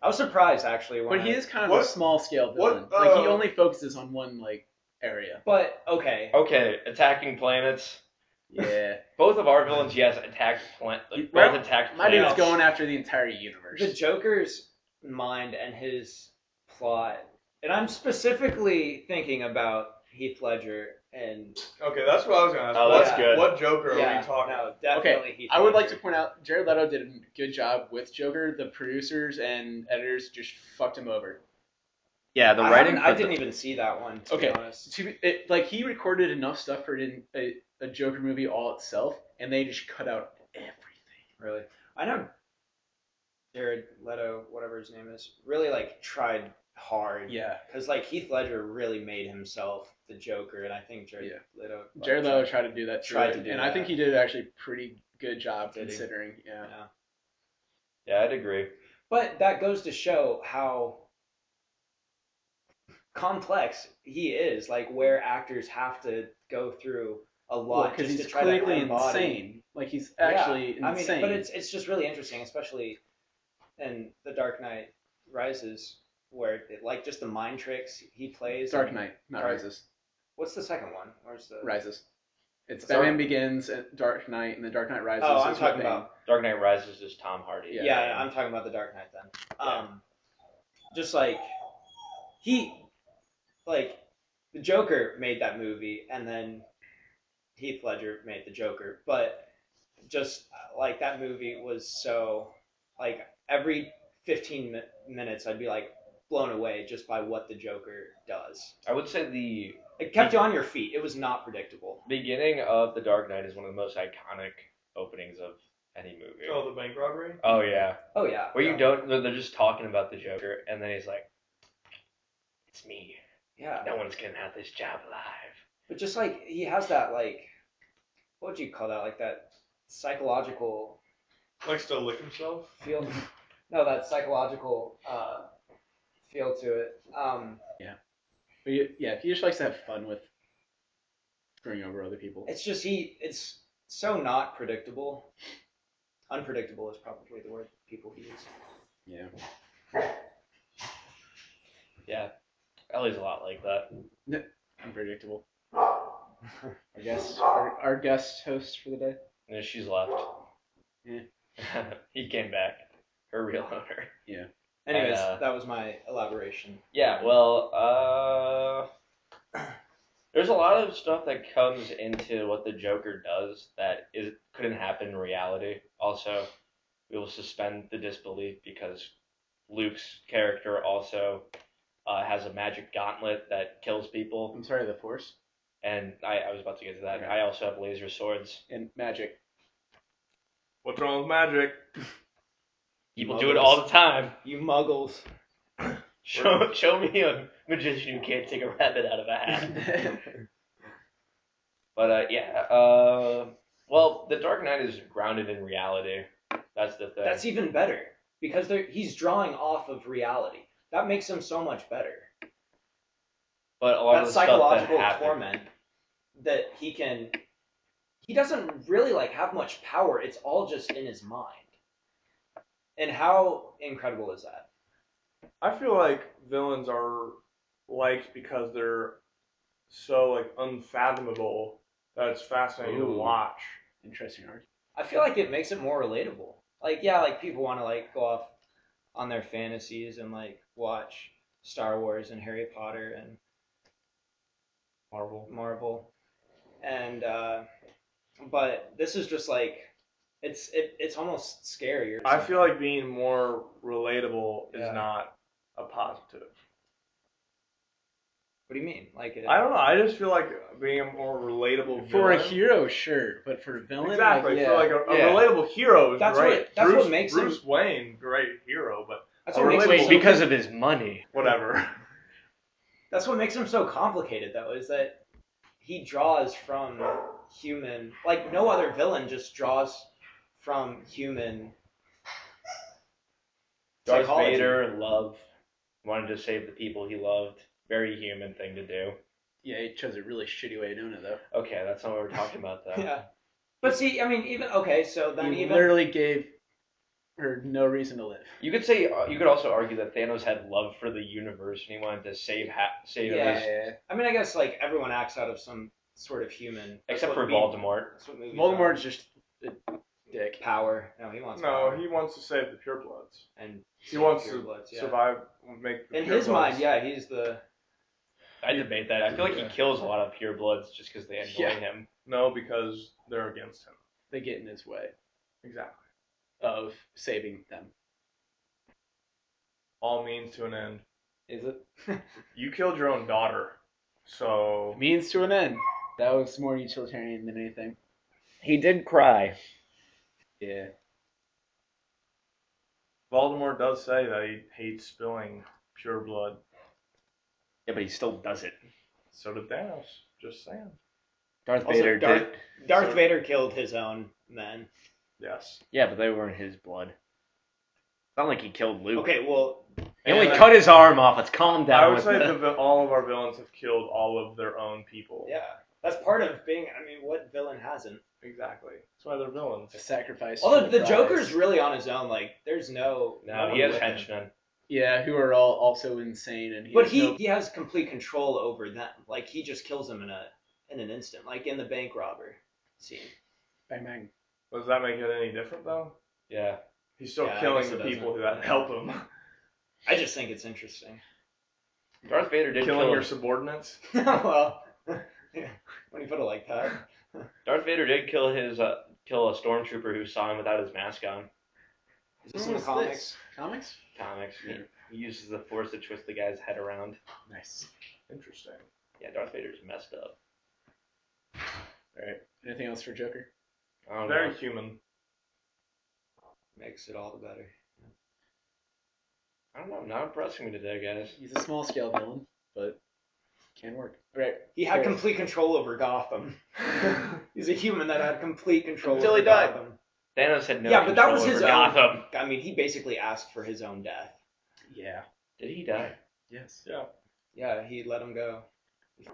S5: I was surprised actually when.
S3: But he
S5: I-
S3: is kind of a
S4: What-
S3: small scale
S4: what,
S3: villain. like he
S4: uh,
S3: only focuses on one like area.
S5: But okay.
S7: Okay, attacking planets.
S3: Yeah.
S7: Both of our villains, yes, attacked planet.
S3: You-
S7: Both
S3: my-
S7: attacked
S3: My dude's
S7: planets.
S3: going after the entire universe.
S5: the Joker's mind and his plot, and I'm specifically thinking about Heath Ledger and
S4: Okay, that's what I was gonna ask.
S7: Oh,
S4: what,
S5: that's
S7: good.
S4: What Joker are
S5: yeah,
S4: we talking?
S5: no,
S3: Okay,
S5: definitely Heath.
S3: I would like
S5: Ledger.
S3: to point out Jared Leto did a good job with Joker. The producers and editors just fucked him over.
S7: Yeah, the
S5: I
S7: writing.
S5: haven't- I, didn't even see that one. To
S3: Okay.
S5: Be honest.
S3: To be- it, like he recorded enough stuff for it in a, a Joker movie all itself, and they just cut out everything.
S5: Really. I know Jared Leto, whatever his name is, really like tried hard.
S3: Yeah.
S5: Because like Heath Ledger really made himself the Joker, and I think Jared
S3: Yeah.
S5: Leto. like,
S3: Jared Leto tried to do that too.
S5: Tried to do
S3: and I
S5: that.
S3: think he did actually pretty good job
S5: Did he?
S3: considering. Yeah.
S5: Yeah.
S2: Yeah, I'd agree.
S5: But that goes to show how complex he is. Like where actors have to go through a lot
S3: because
S5: just
S3: he's
S5: to try to
S3: clinically
S5: embody-
S3: insane. Like he's actually
S5: Yeah,
S3: insane.
S5: I mean, but it's it's just really interesting, especially in The Dark Knight Rises, where it, like just the mind tricks he plays.
S3: Dark
S5: and-
S3: Knight, not
S5: Dark-
S3: Rises.
S5: What's the second one? Where's the
S3: Rises. It's
S5: Sorry.
S3: Batman Begins and Dark Knight, and then Dark Knight Rises.
S5: Oh, I'm
S3: is what
S5: talking
S3: they-
S5: about.
S2: Dark Knight Rises is Tom Hardy.
S5: Yeah.
S3: Yeah.
S5: I'm talking about The Dark Knight then. Um, just like he, like the Joker made that movie, and then Heath Ledger made the Joker, but just uh, like that movie was so like every 15 mi- minutes I'd be like blown away just by what the Joker does.
S2: I would say the
S5: It kept you on your feet. It was not predictable.
S2: beginning of The Dark Knight is one of the most iconic openings of any movie.
S4: Oh, the bank robbery.
S2: Oh, yeah.
S5: Oh yeah.
S2: Where
S5: yeah.
S2: you don't, they're they're just talking about the Joker, and then he's like, it's me.
S5: Yeah.
S2: No one's getting out of this job alive.
S5: But just like he has that like what would you call that? Like that psychological
S4: Likes to lick himself.
S5: feel no, that psychological uh feel to it. Um
S3: But you, yeah, he just likes to have fun with screwing over other people.
S5: it's just he it's so not predictable. Unpredictable is probably the word people use.
S3: Yeah.
S2: Yeah. Ellie's a lot like that.
S3: Unpredictable. Our guest, our, our guest host for the day.
S2: And she's left.
S3: Yeah.
S2: he came back. Her real owner.
S5: Anyways,
S2: uh,
S5: that was my elaboration.
S2: Yeah, well, uh, there's a lot of stuff that comes into what the Joker does that is couldn't happen in reality. Also, we will suspend the disbelief because Luke's character also uh, has a magic gauntlet that kills people,
S3: I'm sorry, the Force
S2: and I, I was about to get to that.
S3: Okay.
S2: I also have laser swords.
S3: and magic.
S4: What's wrong with magic?
S2: People do it all the time.
S5: You muggles.
S2: Show, show me a magician who can't take a rabbit out of a hat. But uh, yeah, uh, well, The Dark Knight is grounded in reality. That's the thing.
S5: That's even better. Because they're, he's drawing off of reality. That makes him so much better.
S2: but a lot
S5: that
S2: of the stuff
S5: psychological
S2: that happened,
S5: torment that he can he doesn't really like have much power it's all just in his mind and how incredible is that
S4: I feel like villains are liked because they're so like unfathomable that it's fascinating to
S3: Ooh.
S4: watch.
S3: Interesting argument.
S5: i feel like it makes it more relatable like yeah like people want to like go off on their fantasies and like watch star wars and harry potter and
S4: Marvel.
S5: marvel and uh but this is just like it's it, it's almost scarier
S4: I feel like being more relatable
S5: Yeah.
S4: is not a positive.
S5: what do you mean like it,
S4: I don't know. I just feel like being a more relatable
S3: For a
S4: villain-
S3: hero, sure, but for a villain,
S4: Exactly.
S3: like, yeah.
S4: So like a, a
S2: Yeah.
S4: relatable hero is
S5: That's
S4: great.
S5: what- that's
S4: Bruce,
S5: what makes him-
S4: Bruce Wayne great hero, but
S5: that's what makes it
S4: Relatable.
S5: so
S2: Wait, because of his money.
S4: whatever.
S5: That's what makes him so complicated, though, is that he draws from human. Like, no other villain just draws from human.
S2: Darth
S5: psychology.
S2: Vader, love, wanted to save the people he loved. Very human thing to do.
S3: yeah, he chose a really shitty way of doing it though.
S2: Okay, that's not what we're talking about though.
S5: Yeah. But see, I mean, even. Okay, so then
S3: he
S5: even.
S3: literally gave her no reason to live.
S2: You could say uh, you could also argue that Thanos had love for the universe and he wanted to save ha- save at
S5: Yeah.
S2: least-
S5: I mean, I guess, like, everyone acts out of some sort of human. That's
S2: except
S5: what
S2: for
S5: we-
S2: Voldemort.
S5: That's what movies are.
S3: Voldemort's just a dick.
S5: Power. No, he wants
S4: no,
S5: power.
S4: he wants to save the purebloods.
S5: And
S4: He wants
S5: pure
S4: to
S5: bloods, yeah.
S4: survive, make. The
S5: In his
S4: purebloods.
S5: mind, yeah, he's the.
S2: I debate that. I feel like
S3: Yeah.
S2: he kills a lot of purebloods just because they annoy
S3: Yeah.
S2: him.
S4: No, because they're against him.
S3: They get in his way
S4: Exactly.
S3: of saving them.
S4: All means to an end.
S3: Is it
S4: You killed your own daughter, so
S3: means to an end? That was more utilitarian than anything.
S2: He did cry.
S3: Yeah.
S4: Voldemort does say that he hates spilling pure blood.
S7: Yeah, but he still does it.
S4: So did Thanos. Just saying.
S7: Darth
S5: Also,
S7: Vader
S5: Darth-
S7: did.
S5: Darth
S4: So-
S5: Vader killed his own men.
S4: Yes.
S7: Yeah, but they were in his blood. It's not like he killed Luke.
S5: Okay, well,
S7: He only
S4: And
S7: cut his arm off. Let's calm down.
S4: I would
S7: with
S4: say
S7: that.
S4: the, vi- all of our villains have killed all of their own people.
S5: yeah, that's part of being. I mean, what villain hasn't?
S4: Exactly. That's why they're villains.
S3: A sacrifice. for
S5: Although the
S3: prize.
S5: Joker's really on his own. Like, there's no.
S4: No,
S5: one
S4: he has
S5: with him.
S4: henchmen.
S3: Yeah, who are all also insane and he
S5: But
S3: has
S5: he,
S3: no-
S5: he has complete control over them. Like he just kills them in a in an instant, like in the bank robber scene.
S3: bang bang.
S4: Does that make it any different though?
S5: Yeah.
S4: He's still
S5: Yeah, I
S4: killing
S5: guess it
S4: the people who that help him.
S5: I just think it's interesting.
S7: Darth Vader did
S4: killing
S7: kill
S4: your subordinates.
S5: well, yeah, when you put it like that.
S2: Darth Vader did kill his uh, kill a stormtrooper who saw him without his mask on.
S5: Is this
S3: When
S5: in the
S3: was
S5: comics?
S3: Comics?
S2: Comics. He, he uses the force to twist the guy's head around.
S3: Nice.
S4: Interesting.
S2: Yeah, Darth Vader's messed up.
S3: Anything else for Joker?
S2: I don't
S4: Very
S2: know.
S4: human.
S5: Makes it all the better.
S2: I don't know. Not impressing me today, guys.
S3: He's a small scale villain, but can work. All right.
S5: He had
S3: Fair.
S5: complete control over Gotham. He's a human that had complete control
S2: Until
S5: over
S2: he died.
S5: Gotham.
S2: Thanos had no.
S5: Yeah, but that
S2: control
S5: was his
S2: over
S5: own-
S2: Gotham.
S5: I mean, he basically asked for his own death.
S3: Yeah.
S2: Did he die?
S3: Yes.
S4: Yeah.
S5: Yeah, he let him go.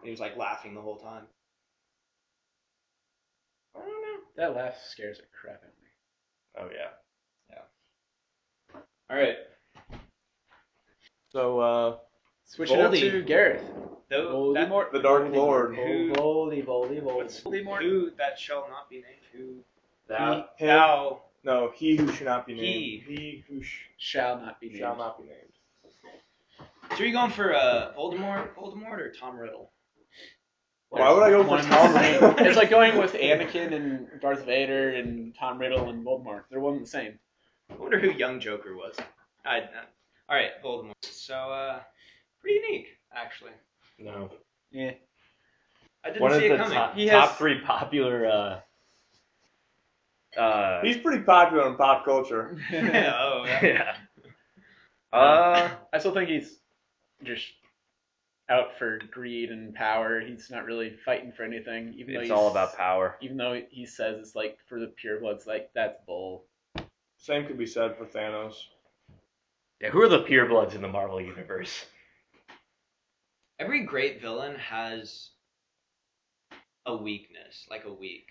S5: He was like laughing the whole time.
S2: I don't know.
S3: That laugh scares the crap out of me.
S2: Oh yeah.
S5: All right.
S4: So uh
S3: Switch it up
S5: Voldy.
S3: to Gareth.
S5: Though, that,
S4: the Dark Lord.
S5: Who-
S3: Voldy, Voldy, Voldy.
S5: who that shall not be named. Who
S7: That-
S5: he, thou
S4: No, he who should not be named.
S5: He.
S4: he who sh-
S3: Shall not be named.
S4: shall not be named.
S5: So are you going for uh, Voldemort, Voldemort or Tom Riddle?
S4: Why would I go
S3: One
S4: for
S3: and
S4: Tom
S3: the same.
S4: Riddle?
S3: It's like going with Anakin and Darth Vader and Tom Riddle and Voldemort. They're one and the same.
S5: I wonder who Young Joker was. I uh, all right, Voldemort. So uh, pretty unique actually.
S2: No.
S3: Yeah.
S5: I didn't
S7: One of
S5: see
S7: the
S5: it coming.
S7: top,
S5: he has
S7: top three popular. Uh, uh,
S4: He's pretty popular in pop culture.
S5: oh, yeah.
S7: yeah. Uh,
S3: I still think he's just out for greed and power. He's not really fighting for anything. Even though
S7: it's
S3: he's,
S7: all about power.
S3: Even though he says it's like for the purebloods, like that's bull.
S4: Same could be said for Thanos.
S7: Yeah, who are the purebloods in the Marvel universe?
S5: Every great villain has a weakness, like a weak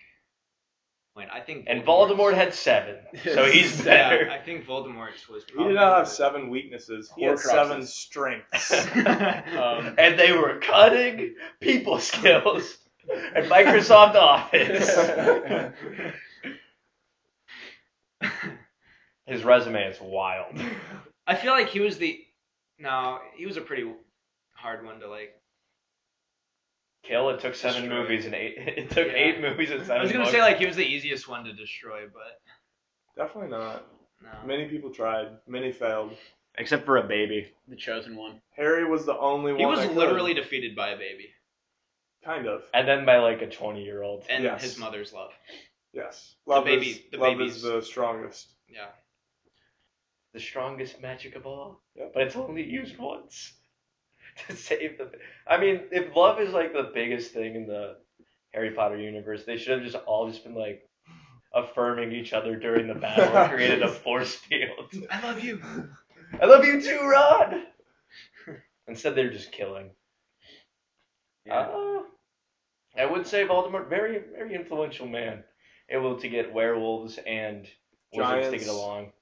S5: point. I think
S2: And
S5: Voldemort's-
S2: Voldemort had seven, so he's better.
S5: Yeah, I think Voldemort's was.
S4: He did not have seven weaknesses. He had
S3: Horcruxes.
S4: seven strengths.
S3: Um,
S2: and they were cutting people skills at Microsoft Office. His resume is wild.
S5: I feel like he was the. No, he was a pretty hard one to like.
S2: Kill. It took seven
S5: Destroy.
S2: movies and eight. It took
S5: Yeah.
S2: eight movies and seven.
S5: I was gonna
S2: books.
S5: say like he was the easiest one to destroy, but
S4: Definitely not.
S5: no.
S4: Many people tried. Many failed.
S7: Except for a baby.
S3: the chosen one.
S4: Harry was the only
S5: He
S4: one.
S5: was
S4: that could.
S5: literally defeated by a baby
S4: kind of.
S2: and then by like a twenty-year-old.
S5: and
S4: Yes.
S5: his mother's love.
S4: Yes. Love
S5: baby-
S4: is
S5: the
S4: love
S5: babies.
S4: is the strongest.
S5: Yeah.
S2: The strongest magic of all,
S4: Yep.
S2: but it's only used once to save the. I mean, if love is like the biggest thing in the Harry Potter universe, they should have just all just been like affirming each other during the battle and created a force field.
S5: I love you.
S2: I love you too, Ron. Instead, they're just killing. Uh, I would say Voldemort, very very influential man, able to get werewolves and wizards to
S4: Giants.
S2: get along.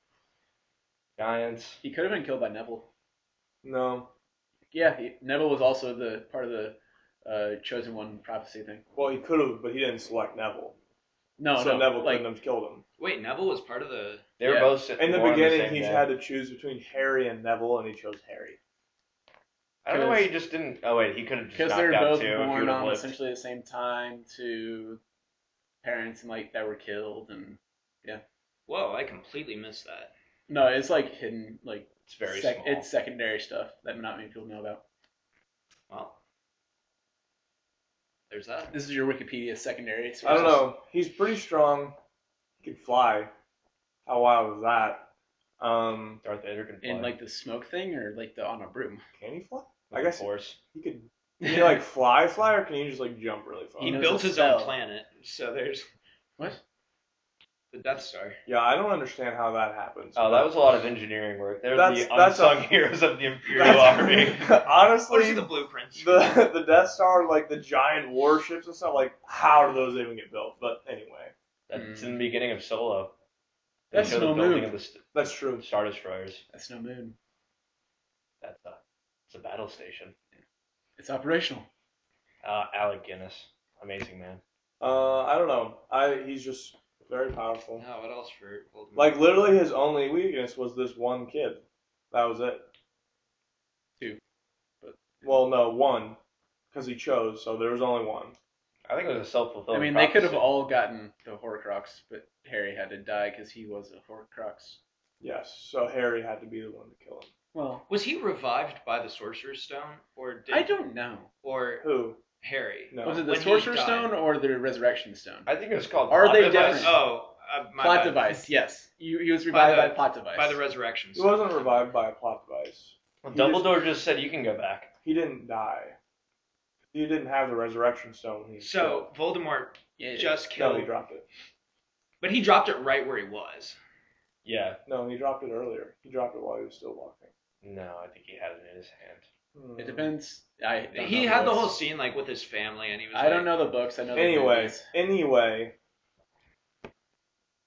S2: Giants.
S3: He could have been killed by Neville.
S4: No.
S3: Yeah, he, Neville was also the part of the uh, chosen one prophecy thing.
S4: Well, he could have, but he didn't select Neville.
S3: No,
S4: so
S3: no,
S4: Neville
S3: like,
S4: couldn't have killed him.
S5: Wait, Neville was part of the.
S2: They were
S3: Yeah.
S2: both sit-
S4: In the
S2: born on
S4: beginning,
S2: same
S4: he
S2: day.
S4: had to choose between Harry and Neville, and he chose Harry.
S2: I don't know why he just didn't. Oh wait, he could have just
S3: because
S2: knocked
S3: they were
S2: out
S3: both
S2: two. if he
S3: born
S2: would've
S3: on
S2: lived.
S3: essentially the same time to parents and like that were killed and
S5: Whoa, I completely missed that.
S3: no, it's like hidden like
S2: It's very
S3: sec-
S2: small.
S3: it's secondary stuff that not many people know about.
S5: Well, there's that.
S3: This is your Wikipedia secondary.
S4: I don't
S3: sources.
S4: know. He's pretty strong. He could fly. How wild is that? Um,
S2: Darth Vader can fly.
S3: In like the smoke thing or like the on a broom?
S4: can he fly?
S2: With
S4: I guess-
S2: the force.
S4: He could. Can he like fly, fly, or can he just like jump really far?
S5: He
S3: knows
S5: built
S3: a
S5: his
S3: spell.
S5: own planet, so there's
S3: what?
S5: the Death Star.
S4: Yeah, I don't understand how that happens.
S2: Oh, that was a lot of engineering work. They're
S4: That's-
S2: the
S4: that's
S2: unsung
S4: a-
S2: heroes of the Imperial
S3: Mm.
S2: Army.
S4: That's-
S5: What is
S4: honestly
S5: the blueprints?
S4: the the Death Star, like the giant warships and stuff. Like, how do those even get built? But anyway,
S2: That's in the beginning of Solo. They
S3: That's
S2: show the
S3: no
S2: building
S3: moon.
S2: of the st-
S4: that's true.
S2: Star Destroyers.
S3: That's no moon.
S2: That's a, it's a battle station.
S3: It's operational.
S2: Uh, Alec Guinness, amazing man.
S4: Uh, I don't know. I he's just very powerful.
S5: No, Oh, what else for Voldemort?
S4: Like literally, his only weakness was this one kid. That was it.
S3: Two. But-
S4: Well, no, one, because he chose. So there was only one.
S2: I think it was a self
S3: I
S2: fulfilling.
S3: mean, they could have all gotten the Horcrux, but Harry had to die because he was a Horcrux.
S4: Yes. So Harry had to be the one to kill him.
S3: Well,
S5: was he revived by the Sorcerer's Stone, or did
S3: I don't know.
S5: or
S4: Who?
S5: Harry?
S4: No.
S3: Was it the
S5: When he
S3: Sorcerer's
S5: died.
S3: Stone or the Resurrection Stone?
S2: I think it was called.
S3: Are
S2: Plot
S3: they
S2: Device.
S3: different?
S5: Oh, uh, my
S3: plot
S5: bad.
S3: device, yes. You, he was revived by,
S5: the-
S3: plot device.
S5: by the Resurrection.
S4: He
S5: Stone.
S4: wasn't revived by a plot device.
S2: Well, Oh, Dumbledore just said you can go back.
S4: He didn't die. He didn't have the resurrection stone. when He was
S5: So Voldemort
S3: Yeah, yeah.
S5: just
S4: killed.
S5: killed,
S4: no, he dropped it.
S5: but he dropped it right where he was.
S2: Yeah.
S4: No, he dropped it earlier. He dropped it while he was still walking.
S2: No, I think he had it in his hand.
S4: Hmm.
S3: it depends. I don't
S5: He
S3: know
S5: had the
S3: books.
S5: whole scene like with his family, and he was.
S3: I don't
S5: like,
S3: know the books. I know. the
S4: Anyway,
S3: movies.
S4: anyway,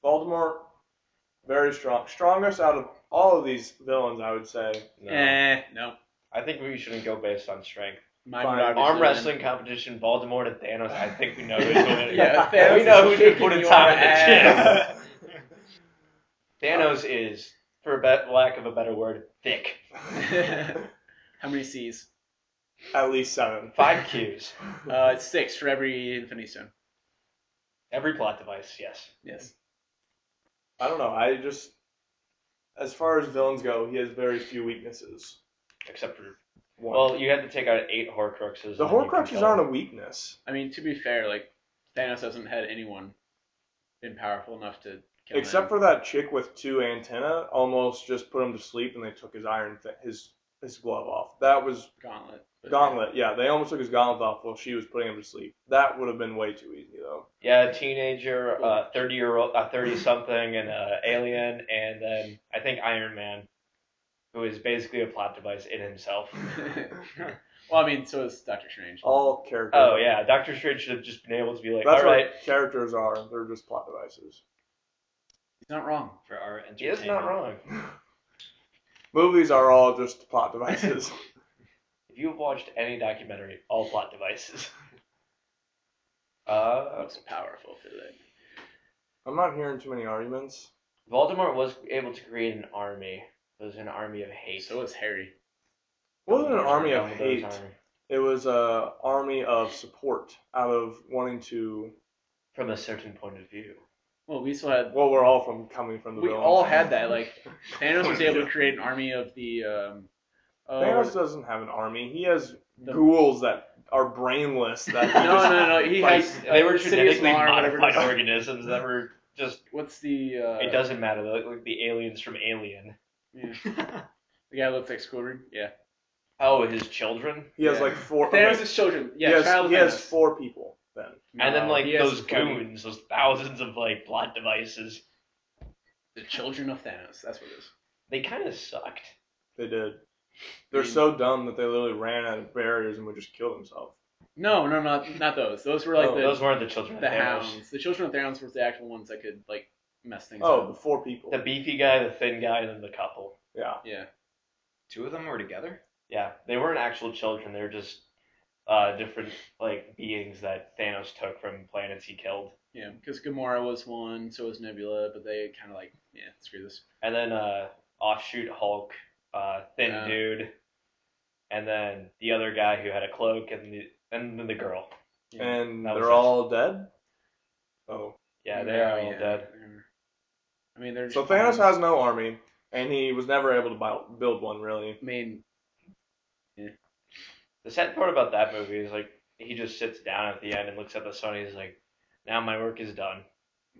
S4: Voldemort very strong, strongest out of all of these villains, I would say.
S2: No.
S3: eh, no.
S2: I think we shouldn't go based on strength.
S3: Mine
S4: Fine.
S3: would obviously
S2: Arm
S3: win.
S2: wrestling competition, Voldemort and Thanos. I think we know who's winning.
S3: Yeah,
S4: Thanos
S2: we know
S3: is
S2: who's been
S3: kicking
S2: putting
S3: your
S2: time in the
S3: ass.
S2: gym. Thanos is, for a bet- lack of a better word, thick.
S3: How many C's?
S4: At least seven.
S2: Five Qs.
S3: Uh, it's six for every Infinity Stone.
S2: Every plot device, yes.
S3: Yes.
S4: I don't know. I just, as far as villains go, he has very few weaknesses.
S2: Except for
S4: One.
S2: well, you had to take out eight Horcruxes.
S4: the Horcruxes aren't a weakness.
S3: I mean, to be fair, like Thanos hasn't had anyone been powerful enough to kill
S4: Except for that chick with two antenna, almost just put him to sleep, and they took his iron, th- his his glove off. That was
S3: for Gauntlet. But-
S4: gauntlet. Yeah, they almost took his gauntlet off while she was putting him to sleep. That would have been way too easy though.
S2: Yeah, a teenager, uh, thirty year old, uh, thirty something, and uh, alien, and then I think Iron Man, who is basically a plot device in himself.
S3: well, I mean, so is Doctor Strange.
S4: All characters.
S2: Oh yeah, Doctor Strange should have just been able to be like,
S4: That's
S2: all right,
S4: what characters are. They're just plot devices.
S3: He's not wrong.
S5: for our entertainment.
S2: he is not wrong.
S4: Movies are all just plot devices.
S2: If you've watched any documentary, all plot devices. Uh,
S3: Most powerful for that.
S4: I'm not hearing too many arguments.
S2: Voldemort was able to create an army. It was an army of hate.
S3: So is Harry.
S4: It wasn't an army of
S2: Dumbledore's
S4: hate.
S2: army.
S4: It was a army of support out of wanting to.
S2: From a certain point of view.
S3: Well, we still had.
S4: Well, we're all from coming from the.
S3: We
S4: villains.
S3: all had that. Like Thanos was able to create an army of the. Um, oh,
S4: Thanos doesn't have an army. He has
S3: The-
S4: ghouls that are brainless. That he
S3: no,
S4: just-
S3: no, no. He
S2: Like,
S3: has. uh,
S2: they were
S3: Insidious
S2: genetically
S3: Alarm, whatever it
S2: modified
S3: is.
S2: organisms that were just.
S3: What's the? Uh,
S2: It doesn't matter. They look like the aliens from Alien.
S3: yeah. The guy looks like Squidward. Yeah.
S2: Oh, his children?
S4: He has
S3: Yeah.
S4: like four.
S3: Thanos'
S4: okay,
S3: is children.
S4: he
S3: Yeah,
S4: has-
S3: child
S4: he has
S3: Thanos.
S4: four people then.
S2: and then,
S3: No,
S2: like,
S3: he has
S2: those
S3: fucking-
S2: goons, those thousands of, like, plot devices.
S3: The children of Thanos. That's what it is.
S2: They kind of sucked.
S4: They did. They're
S3: mean-
S4: so dumb that they literally ran out of barriers and would just kill themselves.
S3: No, no, not not those. Those were like
S4: Oh,
S3: the
S2: Those weren't the children
S3: the
S2: of Thanos.
S3: hounds. The children of Thanos were the actual ones that could like mess things
S4: Oh, the
S3: up.
S4: four people.
S2: The beefy guy, the thin guy, and then the couple.
S4: Yeah.
S3: Yeah.
S5: Two of them were together.
S2: Yeah, they weren't actual children. They were just uh, different like beings that Thanos took from planets he killed.
S3: Yeah, because Gamora was one, so was Nebula, but they kind of like, yeah, screw this.
S2: And then uh, offshoot Hulk, uh, thin
S3: Yeah.
S2: dude, and then the other guy who had a cloak, and the and then the girl.
S3: Yeah.
S4: And
S2: That was
S4: they're
S2: it.
S4: all dead? Oh.
S2: Yeah, they are
S3: Yeah,
S2: all
S3: yeah,
S2: dead.
S3: they're- I mean, they're
S4: So
S3: just
S4: Thanos
S3: pawns.
S4: has no army, and he was never able to buy, build one, really.
S3: I mean,
S2: The sad part about that movie is like he just sits down at the end and looks at the sun. And he's like, "Now my work is done."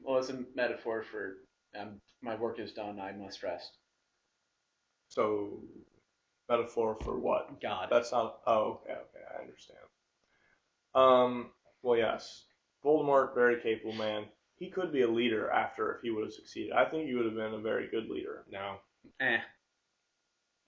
S3: well, it's a metaphor for um, my work is done. I must rest.
S4: So, metaphor for what?
S3: God.
S4: That's not. Oh, okay, okay, I understand. Um. Well, yes, Voldemort, very capable man. He could be a leader after if he would have succeeded. I think he would have been a very good leader.
S2: No.
S3: Eh.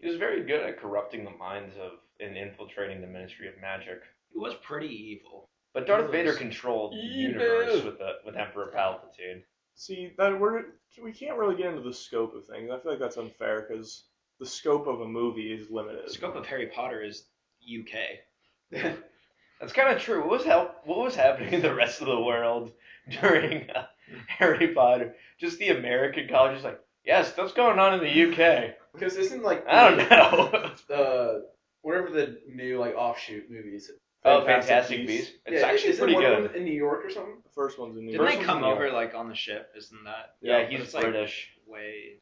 S2: He was very good at corrupting the minds of and infiltrating the Ministry of Magic.
S5: He was pretty evil.
S2: But Darth
S4: Yes.
S2: Vader controlled the
S4: Evil.
S2: universe with the, with Emperor Palpatine.
S4: See that we're we can't really get into the scope of things. I feel like that's unfair because the scope of a movie is limited.
S5: The scope of Harry Potter is UK.
S2: That's kind of true. What was hel- what was happening in the rest of the world during uh, Harry Potter? Just the American colleges, like yes, that's going on in the UK.
S3: Because isn't like
S2: I don't know.
S3: the whatever the new like offshoot movies.
S2: oh,
S4: Fantastic
S2: Fantastic
S4: Beasts.
S2: Beasts. It's actually
S3: isn't
S2: pretty
S3: one of
S2: good.
S3: them in New York or something.
S4: The first one's in New
S5: Didn't
S4: York.
S5: they
S2: First
S5: come
S2: one-
S5: over like on the ship? Isn't that
S2: Yeah,
S5: but
S2: he's
S5: it's like-
S2: British.
S5: way?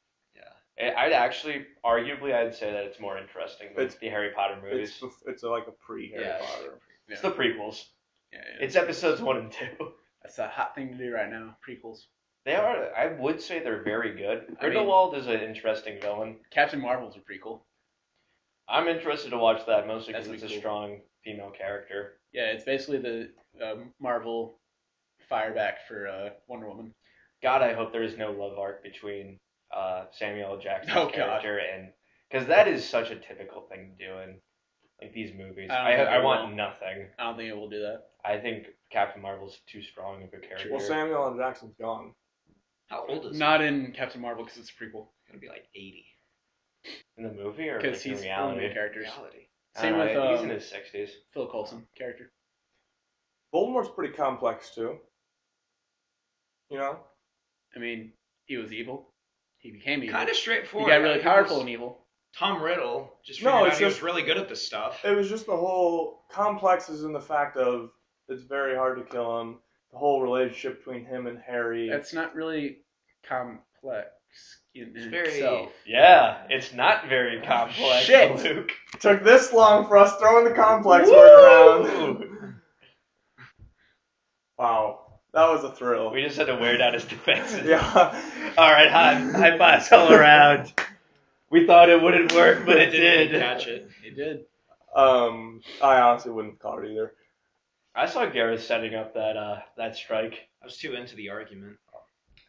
S2: I- I'd actually, arguably, I'd say that it's more interesting than
S4: It's-
S2: the Harry Potter movies.
S4: It's bef- it's uh, like a pre Harry
S3: Yeah.
S4: Potter.
S2: It's the prequels.
S3: Yeah, yeah.
S2: It's episodes one and two.
S3: That's a hot thing to do right now. Prequels.
S2: They are. I would say they're very good.
S3: I mean-
S2: Grindelwald is an interesting villain.
S3: Captain Marvel's a prequel.
S2: I'm interested to watch that mostly because
S3: That'd
S2: it's
S3: be
S2: a
S3: cool.
S2: strong female character.
S3: Yeah, it's basically the um, Marvel fireback for uh, Wonder Woman.
S2: God, I hope there is no love arc between uh, Samuel L. Jackson's
S3: Oh, God.
S2: character and because that is such a typical thing to do in like these movies.
S3: I don't
S2: I
S3: think
S2: I,
S3: it
S2: want
S3: will.
S2: nothing.
S3: I don't think it will do that.
S2: I think Captain Marvel's too strong of a character.
S4: Well, Samuel L. Jackson's gone.
S5: How old is
S3: Not in Captain Marvel because it's a prequel.
S5: he? Gonna be like eighty.
S2: in the movie or
S3: Because
S2: like, in
S3: he's one of
S2: reality?
S3: the characters.
S5: Reality.
S2: I
S3: Same
S2: don't know,
S3: with
S2: I- he's
S3: um,
S2: in his sixties.
S3: Phil Coulson character.
S4: Voldemort's pretty complex too. You know,
S3: I mean, he was evil. He became evil.
S5: Kind of
S3: he
S5: straightforward.
S3: got really
S5: He
S3: powerful
S5: was-
S3: and evil.
S5: Tom Riddle just
S4: No,
S5: figured out
S4: it's
S5: he was
S4: just-
S5: really good at this stuff.
S4: it was just the whole complex is in the fact of it's very hard to kill him. The whole relationship between him and Harry.
S3: That's not really complex in
S5: It's
S3: in
S5: very-
S3: itself.
S2: Yeah, it's not very complex.
S3: Oh, Shit.
S2: Luke.
S4: Took this long for us throwing the complex
S2: Woo!
S4: word around. wow, that was a thrill.
S2: We just had to wear down his defenses.
S4: yeah.
S2: All right, high, high fives all around. We thought it wouldn't work, but it did.
S5: catch it.
S3: He did.
S4: Um, I honestly wouldn't have caught it either.
S2: I saw Gareth setting up that uh, that strike.
S5: I was too into the argument.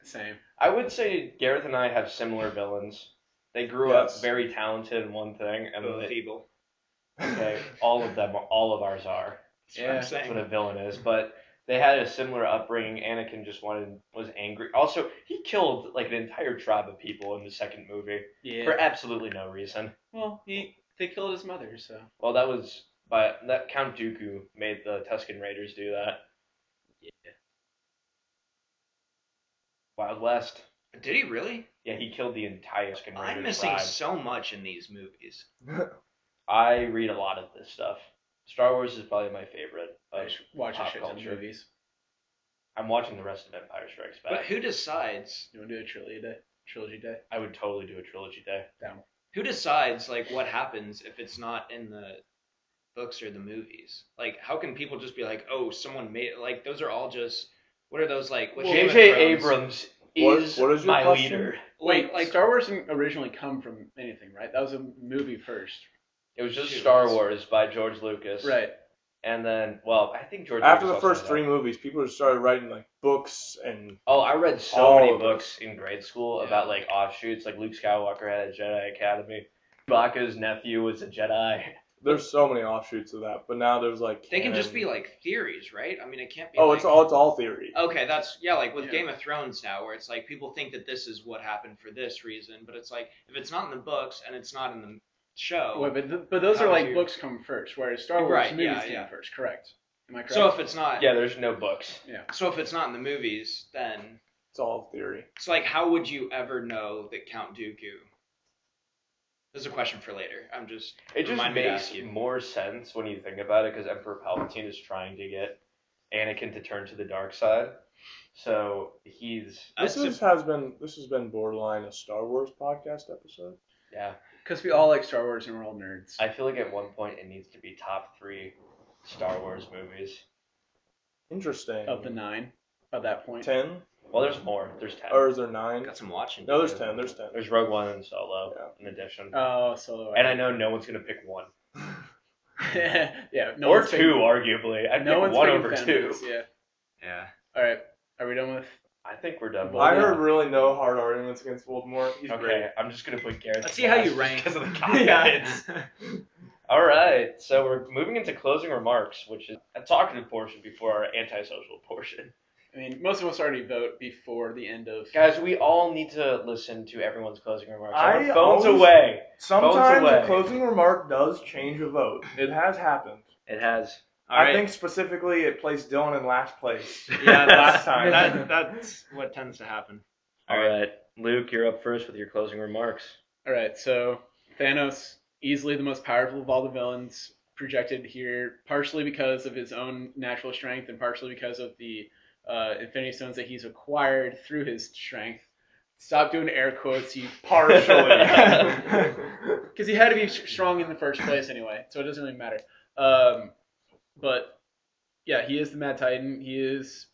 S3: Same.
S2: I would say Gareth and I have similar villains. They grew
S4: Yes.
S2: up very talented in one thing, and
S5: Both
S2: they-
S5: evil.
S2: okay, all of them, all of ours are.
S5: That's what
S3: Yeah.
S5: I'm
S2: That's what
S5: saying.
S2: a villain is. But they had a similar upbringing. Anakin just wanted was angry. Also, he killed like an entire tribe of people in the second movie
S3: Yeah.
S2: for absolutely no reason.
S3: well, he they killed his mother, so
S2: Well, that was by that Count Dooku made the Tusken Raiders do that.
S5: Yeah.
S2: Wild West.
S5: Did he really?
S2: Yeah, he killed the entire Tusken Raiders
S5: I'm missing
S2: tribe.
S5: so much in these movies.
S2: I read a lot of this stuff. Star Wars is probably my favorite.
S3: I
S2: of-
S3: just watch a
S2: pop
S3: shit ton of
S2: culture.
S3: movies.
S2: I'm watching the rest of Empire Strikes Back.
S5: But who decides?
S3: You want to do a trilogy day? Trilogy day.
S2: I would totally do a trilogy day.
S5: Who decides like what happens if it's not in the books or the movies? Like how can people just be like, "Oh, someone made it." Like those are all just what are those like? What Game of
S2: J.J.
S5: Thrones-
S2: Abrams
S4: What-
S2: is,
S4: what is your
S2: my
S4: question?
S2: leader.
S3: Wait,
S5: like
S3: like Star Wars didn't originally come from anything, right? That was a movie first,
S2: It was just
S5: Shoot,
S2: Star
S5: that's-
S2: Wars by George Lucas.
S3: right?
S2: And then, well, I think George
S4: After the
S2: Lucas also
S4: first
S2: had
S4: three movies, people just started writing like books and
S2: Oh, I read so
S4: All
S2: many
S4: of them.
S2: books in grade school
S3: Yeah.
S2: about like offshoots. Like Luke Skywalker had a Jedi Academy. Chewbacca's nephew was a Jedi.
S4: there's so many offshoots of that. But now there's like
S5: They can just
S4: canon.
S5: be like theories, right? I mean, it can't be.
S4: oh,
S5: like- Oh.
S4: it's all it's all theory.
S5: Okay, that's yeah, like with
S3: Yeah.
S5: Game of Thrones now, where it's like people think that this is what happened for this reason, but it's like if it's not in the books and it's not in the show,
S3: Wait, but, th- but those
S5: Oh. How
S3: are
S5: would
S3: like
S5: you-
S3: books come first, whereas Star Wars
S5: Right,
S3: movies
S5: yeah,
S3: came
S5: yeah.
S3: first. Correct. Am I correct?
S5: so if it's not,
S2: Yeah, there's no books.
S5: so if it's not in the movies, then
S4: It's all theory.
S5: it's like how would you ever know that Count Dooku? This is a question for later. I'm just
S2: It just
S5: Remind me to
S2: makes
S5: ask you.
S2: more sense when you think about it because Emperor Palpatine is trying to get Anakin to turn to the dark side. So he's
S4: This
S5: that's
S4: is, has been this has been borderline a Star Wars podcast episode.
S2: yeah.
S3: Because we all like Star Wars and we're all nerds.
S2: I feel like at one point it needs to be top three Star Wars movies.
S4: Interesting.
S3: of the nine, by that point.
S4: ten.
S2: Well, there's more. There's ten.
S4: Or is there nine?
S8: Got some watching.
S4: No,
S8: to
S4: there's
S8: do.
S4: ten. There's ten.
S2: there's Rogue One and Solo in addition.
S3: Oh, solo.
S2: and I know no one's gonna pick one
S3: yeah. No
S2: or
S3: one's
S2: two,
S3: picking-
S2: arguably. I
S3: no
S2: no
S3: one's
S2: one
S3: picking
S2: over
S3: Thanos,
S2: two.
S3: Yeah.
S8: Yeah.
S3: All right. Are we done with?
S2: I think we're done.
S4: I
S3: yeah.
S4: heard really no hard arguments against Voldemort. He's
S2: okay,
S4: great.
S2: I'm just gonna put Garrett.
S8: Let's see how you
S2: last
S8: rank.
S2: because of the
S8: Yeah.
S2: confidence. All right, so we're moving into closing remarks, which is a talkative portion before our antisocial portion.
S3: I mean, most of us already vote before the end of.
S2: Guys, we all need to listen to everyone's closing remarks.
S4: I
S2: Our phones
S4: always-
S2: away.
S4: Sometimes
S2: away.
S4: a closing remark does change a vote. It has happened.
S8: It has. All
S4: I
S8: right.
S4: think specifically it placed Dylan in last place.
S8: yeah, that's,
S4: last time.
S8: that, that's what tends to happen.
S2: All right, Luke, you're up first with your closing remarks.
S3: All right. So Thanos, easily the most powerful of all the villains, projected here partially because of his own natural strength and partially because of the uh, Infinity Stones that he's acquired through his strength. Stop doing air quotes, you
S4: Partially.
S3: because he had to be s- strong in the first place anyway, so it doesn't really matter. Um, but yeah, he is the Mad Titan. He is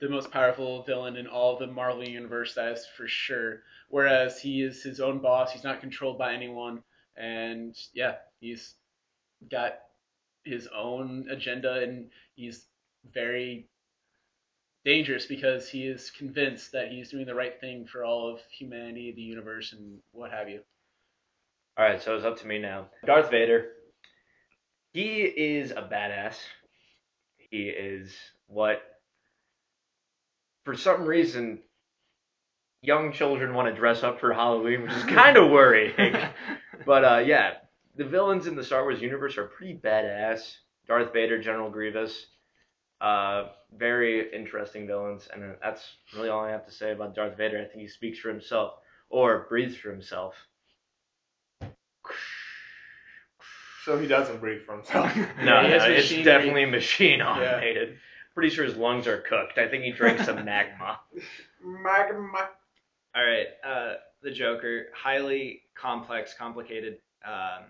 S3: the most powerful villain in all of the Marvel universe. That is for sure. Whereas he is his own boss. He's not controlled by anyone, and yeah, he's got his own agenda, and he's very dangerous because he is convinced that he's doing the right thing for all of humanity, the universe, and what have you.
S2: All right, so it's up to me now. Darth Vader. He is a badass. He is what, for some reason, young children want to dress up for Halloween, which is kind of worrying. but uh, yeah, the villains in the Star Wars universe are pretty badass. Darth Vader, General Grievous, uh, very interesting villains, and uh, that's really all I have to say about Darth Vader. I think he speaks for himself or breathes for himself.
S4: so he doesn't breathe for himself.
S2: No,
S3: Yeah, he has
S2: no, it's
S3: machinery.
S2: definitely machine automated. Pretty sure his lungs are cooked. I think he drank some magma.
S3: Magma.
S8: All right. Uh, the Joker, highly complex, complicated um,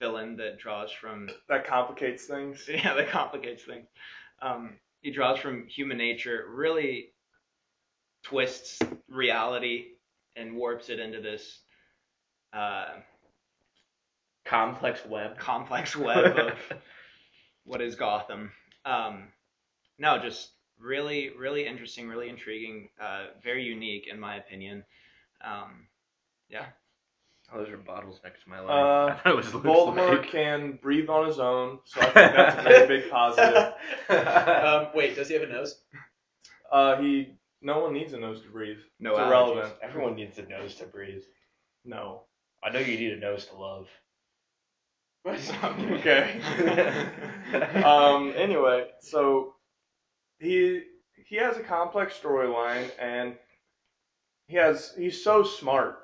S8: villain that draws from
S4: That complicates things.
S8: yeah, that complicates things. Um, he draws from human nature, really twists reality and warps it into this uh,
S2: Complex web.
S8: complex web of what is Gotham. Um, no, just really, really interesting, really intriguing, uh, very unique in my opinion. Um,
S2: Oh, those are bottles next to my line.
S4: Uh,
S2: I thought it was Luke's
S4: Voldemort
S2: leg.
S4: can breathe on his own, so I think that's a very big positive.
S3: Um, wait, does he have a nose?
S4: Uh, he, no one needs a nose to breathe.
S8: no
S4: It's
S8: allergies.
S4: irrelevant.
S2: Everyone needs a nose to breathe.
S4: No.
S2: I know you need a nose to love.
S4: okay. um. Anyway, so he he has a complex storyline, and he has he's so smart.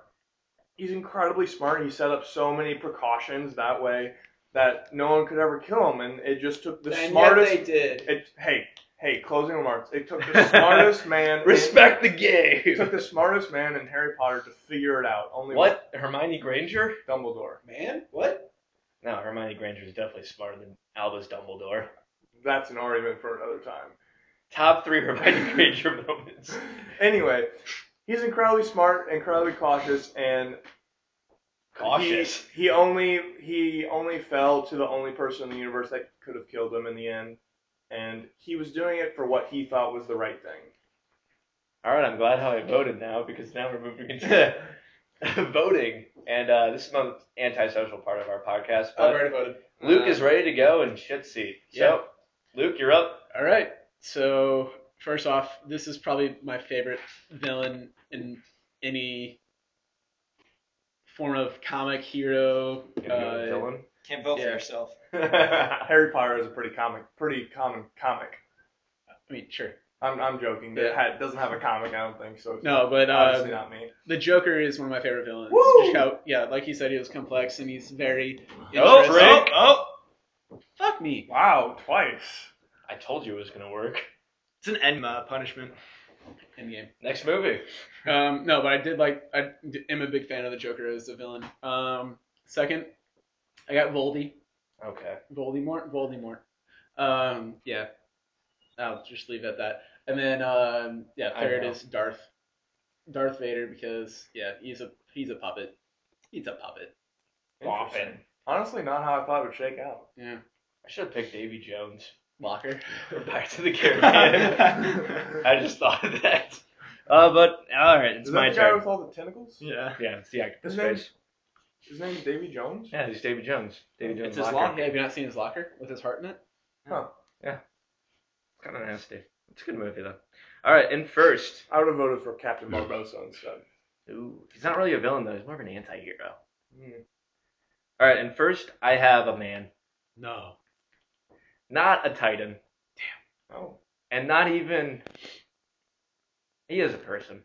S4: He's incredibly smart. He set up so many precautions that way that no one could ever kill him, and it just took the
S3: and
S4: smartest.
S3: yet they did.
S4: it, hey, hey, closing remarks. It took the smartest man.
S2: Respect the
S4: It took
S2: game.
S4: the smartest man in Harry Potter to figure it out. Only
S2: What? Hermione Granger?
S4: Dumbledore.
S3: Man, what?
S2: No, Hermione Granger is definitely smarter than Albus Dumbledore.
S4: That's an argument for another time.
S2: Top three Hermione Granger moments.
S4: Anyway, he's incredibly smart, incredibly cautious, and
S2: Cautious.
S4: He, he only he only fell to the only person in the universe that could have killed him in the end, and he was doing it for what he thought was the right thing.
S2: All right, I'm glad how I voted now because now we're moving into voting, and uh, this is my antisocial part of our podcast.
S3: I've
S2: But
S3: already voted.
S2: Luke
S4: Uh,
S2: is ready to go in shit seat. So, Luke, you're up.
S3: All right. So first off, this is probably my favorite villain in any form of comic hero. Uh,
S2: Dylan.
S8: Can't vote
S3: Yeah.
S8: for yourself.
S4: Harry Potter is a pretty comic, pretty common comic.
S3: I mean, sure.
S4: I'm I'm joking. It ha- doesn't have a comic, I don't think. So it's
S3: No, but uh,
S4: obviously not me.
S3: the Joker is one of my favorite villains.
S4: Woo!
S3: Just how, yeah, like you said, he was complex and he's very.
S2: Oh,
S3: interesting.
S2: drink.
S8: oh!
S3: Fuck me.
S4: Wow, twice.
S2: I told you it was gonna work.
S8: It's an Enma punishment.
S3: Endgame.
S2: Next movie.
S3: Um, no, but I did like I d- am a big fan of the Joker as a villain. Um, second, I got Voldy,
S2: Okay.
S3: Voldemort, Voldemort. Um, yeah, I'll just leave it at that. And then um, yeah,
S2: I
S3: third
S2: know.
S3: is Darth Darth Vader because yeah, he's a he's a puppet. He's a puppet.
S4: Interesting. Honestly, not how I thought it would shake out.
S3: Yeah.
S2: I should have picked Davy Jones
S3: Locker.
S2: for Pirates of the Caribbean. I just thought of that.
S9: Uh, but all right, it's
S4: Is
S9: my
S4: that the guy
S9: turn.
S4: with all the tentacles?
S5: Yeah.
S2: Yeah, it's the actor's
S4: His name-
S2: face.
S4: His name's Davy Jones.
S2: Yeah, it's Davy Jones. Davy Jones.
S3: It's his
S2: Locker.
S3: locker. Have you not seen his locker with his heart in it?
S2: It's kind of nasty. It's a good movie though. All right, and first,
S4: I would have voted for Captain Barbosa instead.
S2: ooh, he's not really a villain though. He's more of an anti-hero.
S4: Hmm.
S2: All right, and first, I have a man,
S3: No.
S2: not a titan,
S4: Oh.
S2: and not even. He is a person.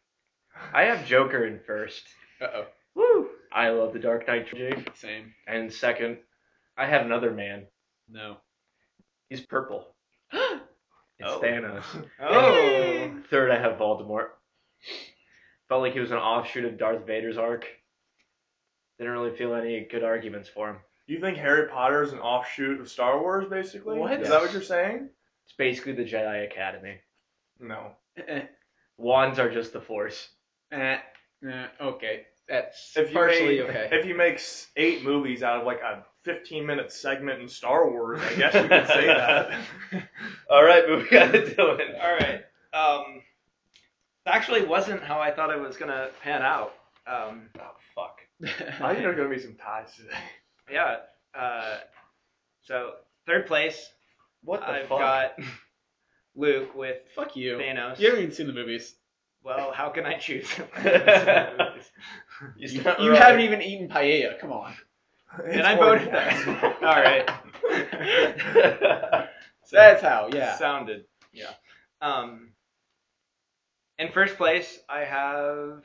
S2: I have Joker in first.
S3: Uh oh.
S2: Woo! I love the Dark Knight trilogy.
S3: Same.
S2: And second, I have another man.
S3: No.
S2: He's purple. It's
S5: Oh.
S2: Thanos.
S5: Oh.
S2: Third, I have Voldemort. Felt like he was an offshoot of Darth Vader's arc. Didn't really feel any good arguments for him.
S4: You think Harry Potter is an offshoot of Star Wars, basically?
S3: What?
S4: Is that what you're saying?
S2: It's basically the Jedi Academy.
S4: No.
S3: Eh,
S2: Wands are just the Force.
S3: eh, eh, okay. That's
S4: If you
S3: partially
S4: make,
S3: okay.
S4: If you make s- eight movies out of like a 15 minute segment in Star Wars, I guess you could say that.
S2: All right, but we gotta do it.
S5: All right. Um, that actually wasn't how I thought it was gonna pan out. Um,
S2: Oh fuck.
S4: I think there's gonna be some ties today.
S5: yeah. Uh, so third place,
S2: What the
S5: I've
S2: fuck?
S5: got Luke with
S3: Fuck you.
S5: Thanos.
S3: You haven't even seen the movies.
S5: Well, how can I choose?
S2: You,
S3: You,
S2: start
S3: you
S2: right.
S3: haven't even eaten paella. Come on.
S5: and I voted that. All right.
S3: So that's how. Yeah.
S5: Sounded. Yeah. Um. In first place, I have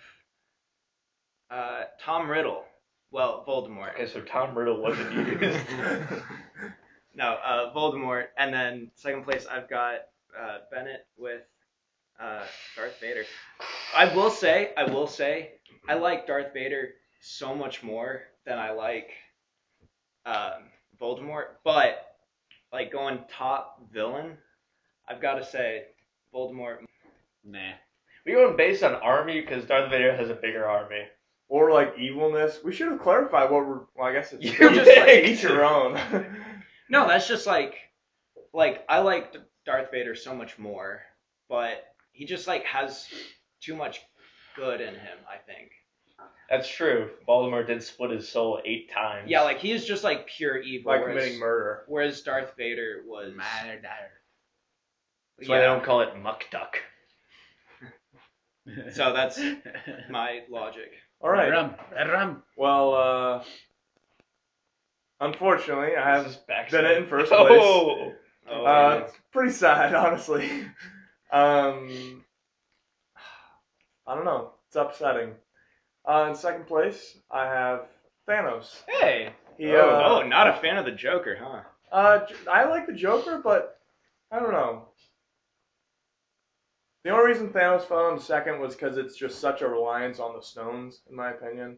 S5: uh, Tom Riddle. Well, Voldemort.
S2: okay, so Tom Riddle wasn't used.
S5: No, uh, Voldemort, and then second place I've got uh, Bennett with uh, Darth Vader. I will say, I will say, I like Darth Vader so much more than I like um, Voldemort. But like going top villain, I've got to say Voldemort.
S3: Nah.
S2: we going based on army because Darth Vader has a bigger army.
S4: Or like evilness. We should have clarified what we're. Well, I guess it's
S2: You're
S5: just like-
S4: each your own.
S5: No, that's just like, like I like Darth Vader so much more, but he just like has too much good in him. I think.
S2: That's true. Voldemort did split his soul eight times.
S5: Yeah, like he is just like pure evil.
S4: like
S5: whereas,
S4: committing murder.
S5: whereas Darth Vader was.
S3: Matter
S2: that's why they don't call it Muck Duck.
S3: dire.
S5: So that's my logic.
S4: All right.
S3: Rum. Rum.
S4: Well, uh, unfortunately, I have
S2: This is backstory.
S4: been in first place.
S2: Oh,
S5: Oh,
S4: Uh, it's pretty sad, honestly. Um, I don't know. It's upsetting. Uh, in second place, I have Thanos.
S5: hey.
S4: He,
S5: oh,
S4: uh,
S5: oh, not a fan of the Joker, huh?
S4: uh, J- I like the Joker, but I don't know. The only reason Thanos fell into second was because it's just such a reliance on the stones, in my opinion.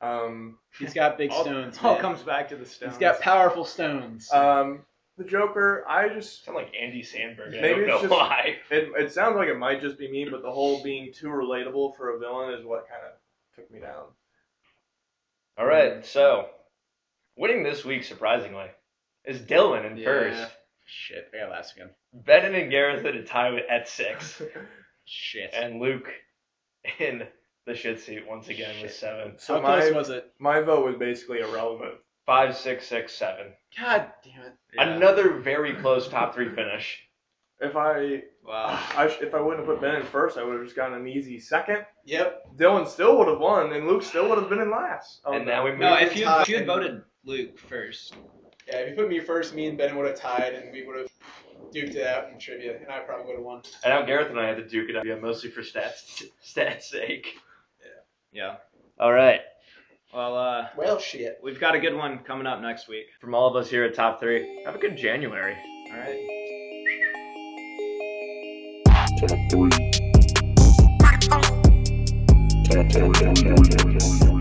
S4: Um,
S3: He's got big
S5: All-
S3: stones.
S5: All
S3: man.
S5: comes back to the stones. Uh,
S3: He's got powerful stones.
S4: um, the Joker, I just
S2: sound like Andy Sandberg. I
S4: Maybe
S2: don't
S4: it's
S2: know
S4: just-
S2: why.
S4: It, it sounds like it might just be me, but the whole being too relatable for a villain is what kind of took me down.
S2: All right, so winning this week surprisingly is Dylan in
S3: Yeah.
S2: first.
S3: Shit. I got last again.
S2: Benin and Gareth at a tie with- at six,
S3: Shit.
S2: and Luke in the shit seat once again with seven.
S4: So
S3: How close
S4: my,
S3: was it?
S4: my vote was basically irrelevant.
S2: Five, six, six, seven.
S3: God damn it.
S2: Another very close top three finish.
S4: If I,
S5: Wow.
S4: I sh- if I wouldn't have put Ben in first, I would have just gotten an easy second.
S3: Yep.
S4: Dylan still would have won, and Luke still would have been in last. Oh,
S2: and now we move.
S5: No, if you if you had voted Luke first,
S3: Yeah, if you put me first, me and Ben would have tied, and we would have duked it out in trivia, and I probably would have won.
S2: and now Gareth and I had to duke it out, yeah, mostly for stats stats sake.
S5: yeah.
S2: All right,
S5: Well, uh,
S3: Well, shit.
S5: we've got a good one coming up next week.
S2: from all of us here at Top Three, have a good January.
S5: All right.
S10: Top three. Top three.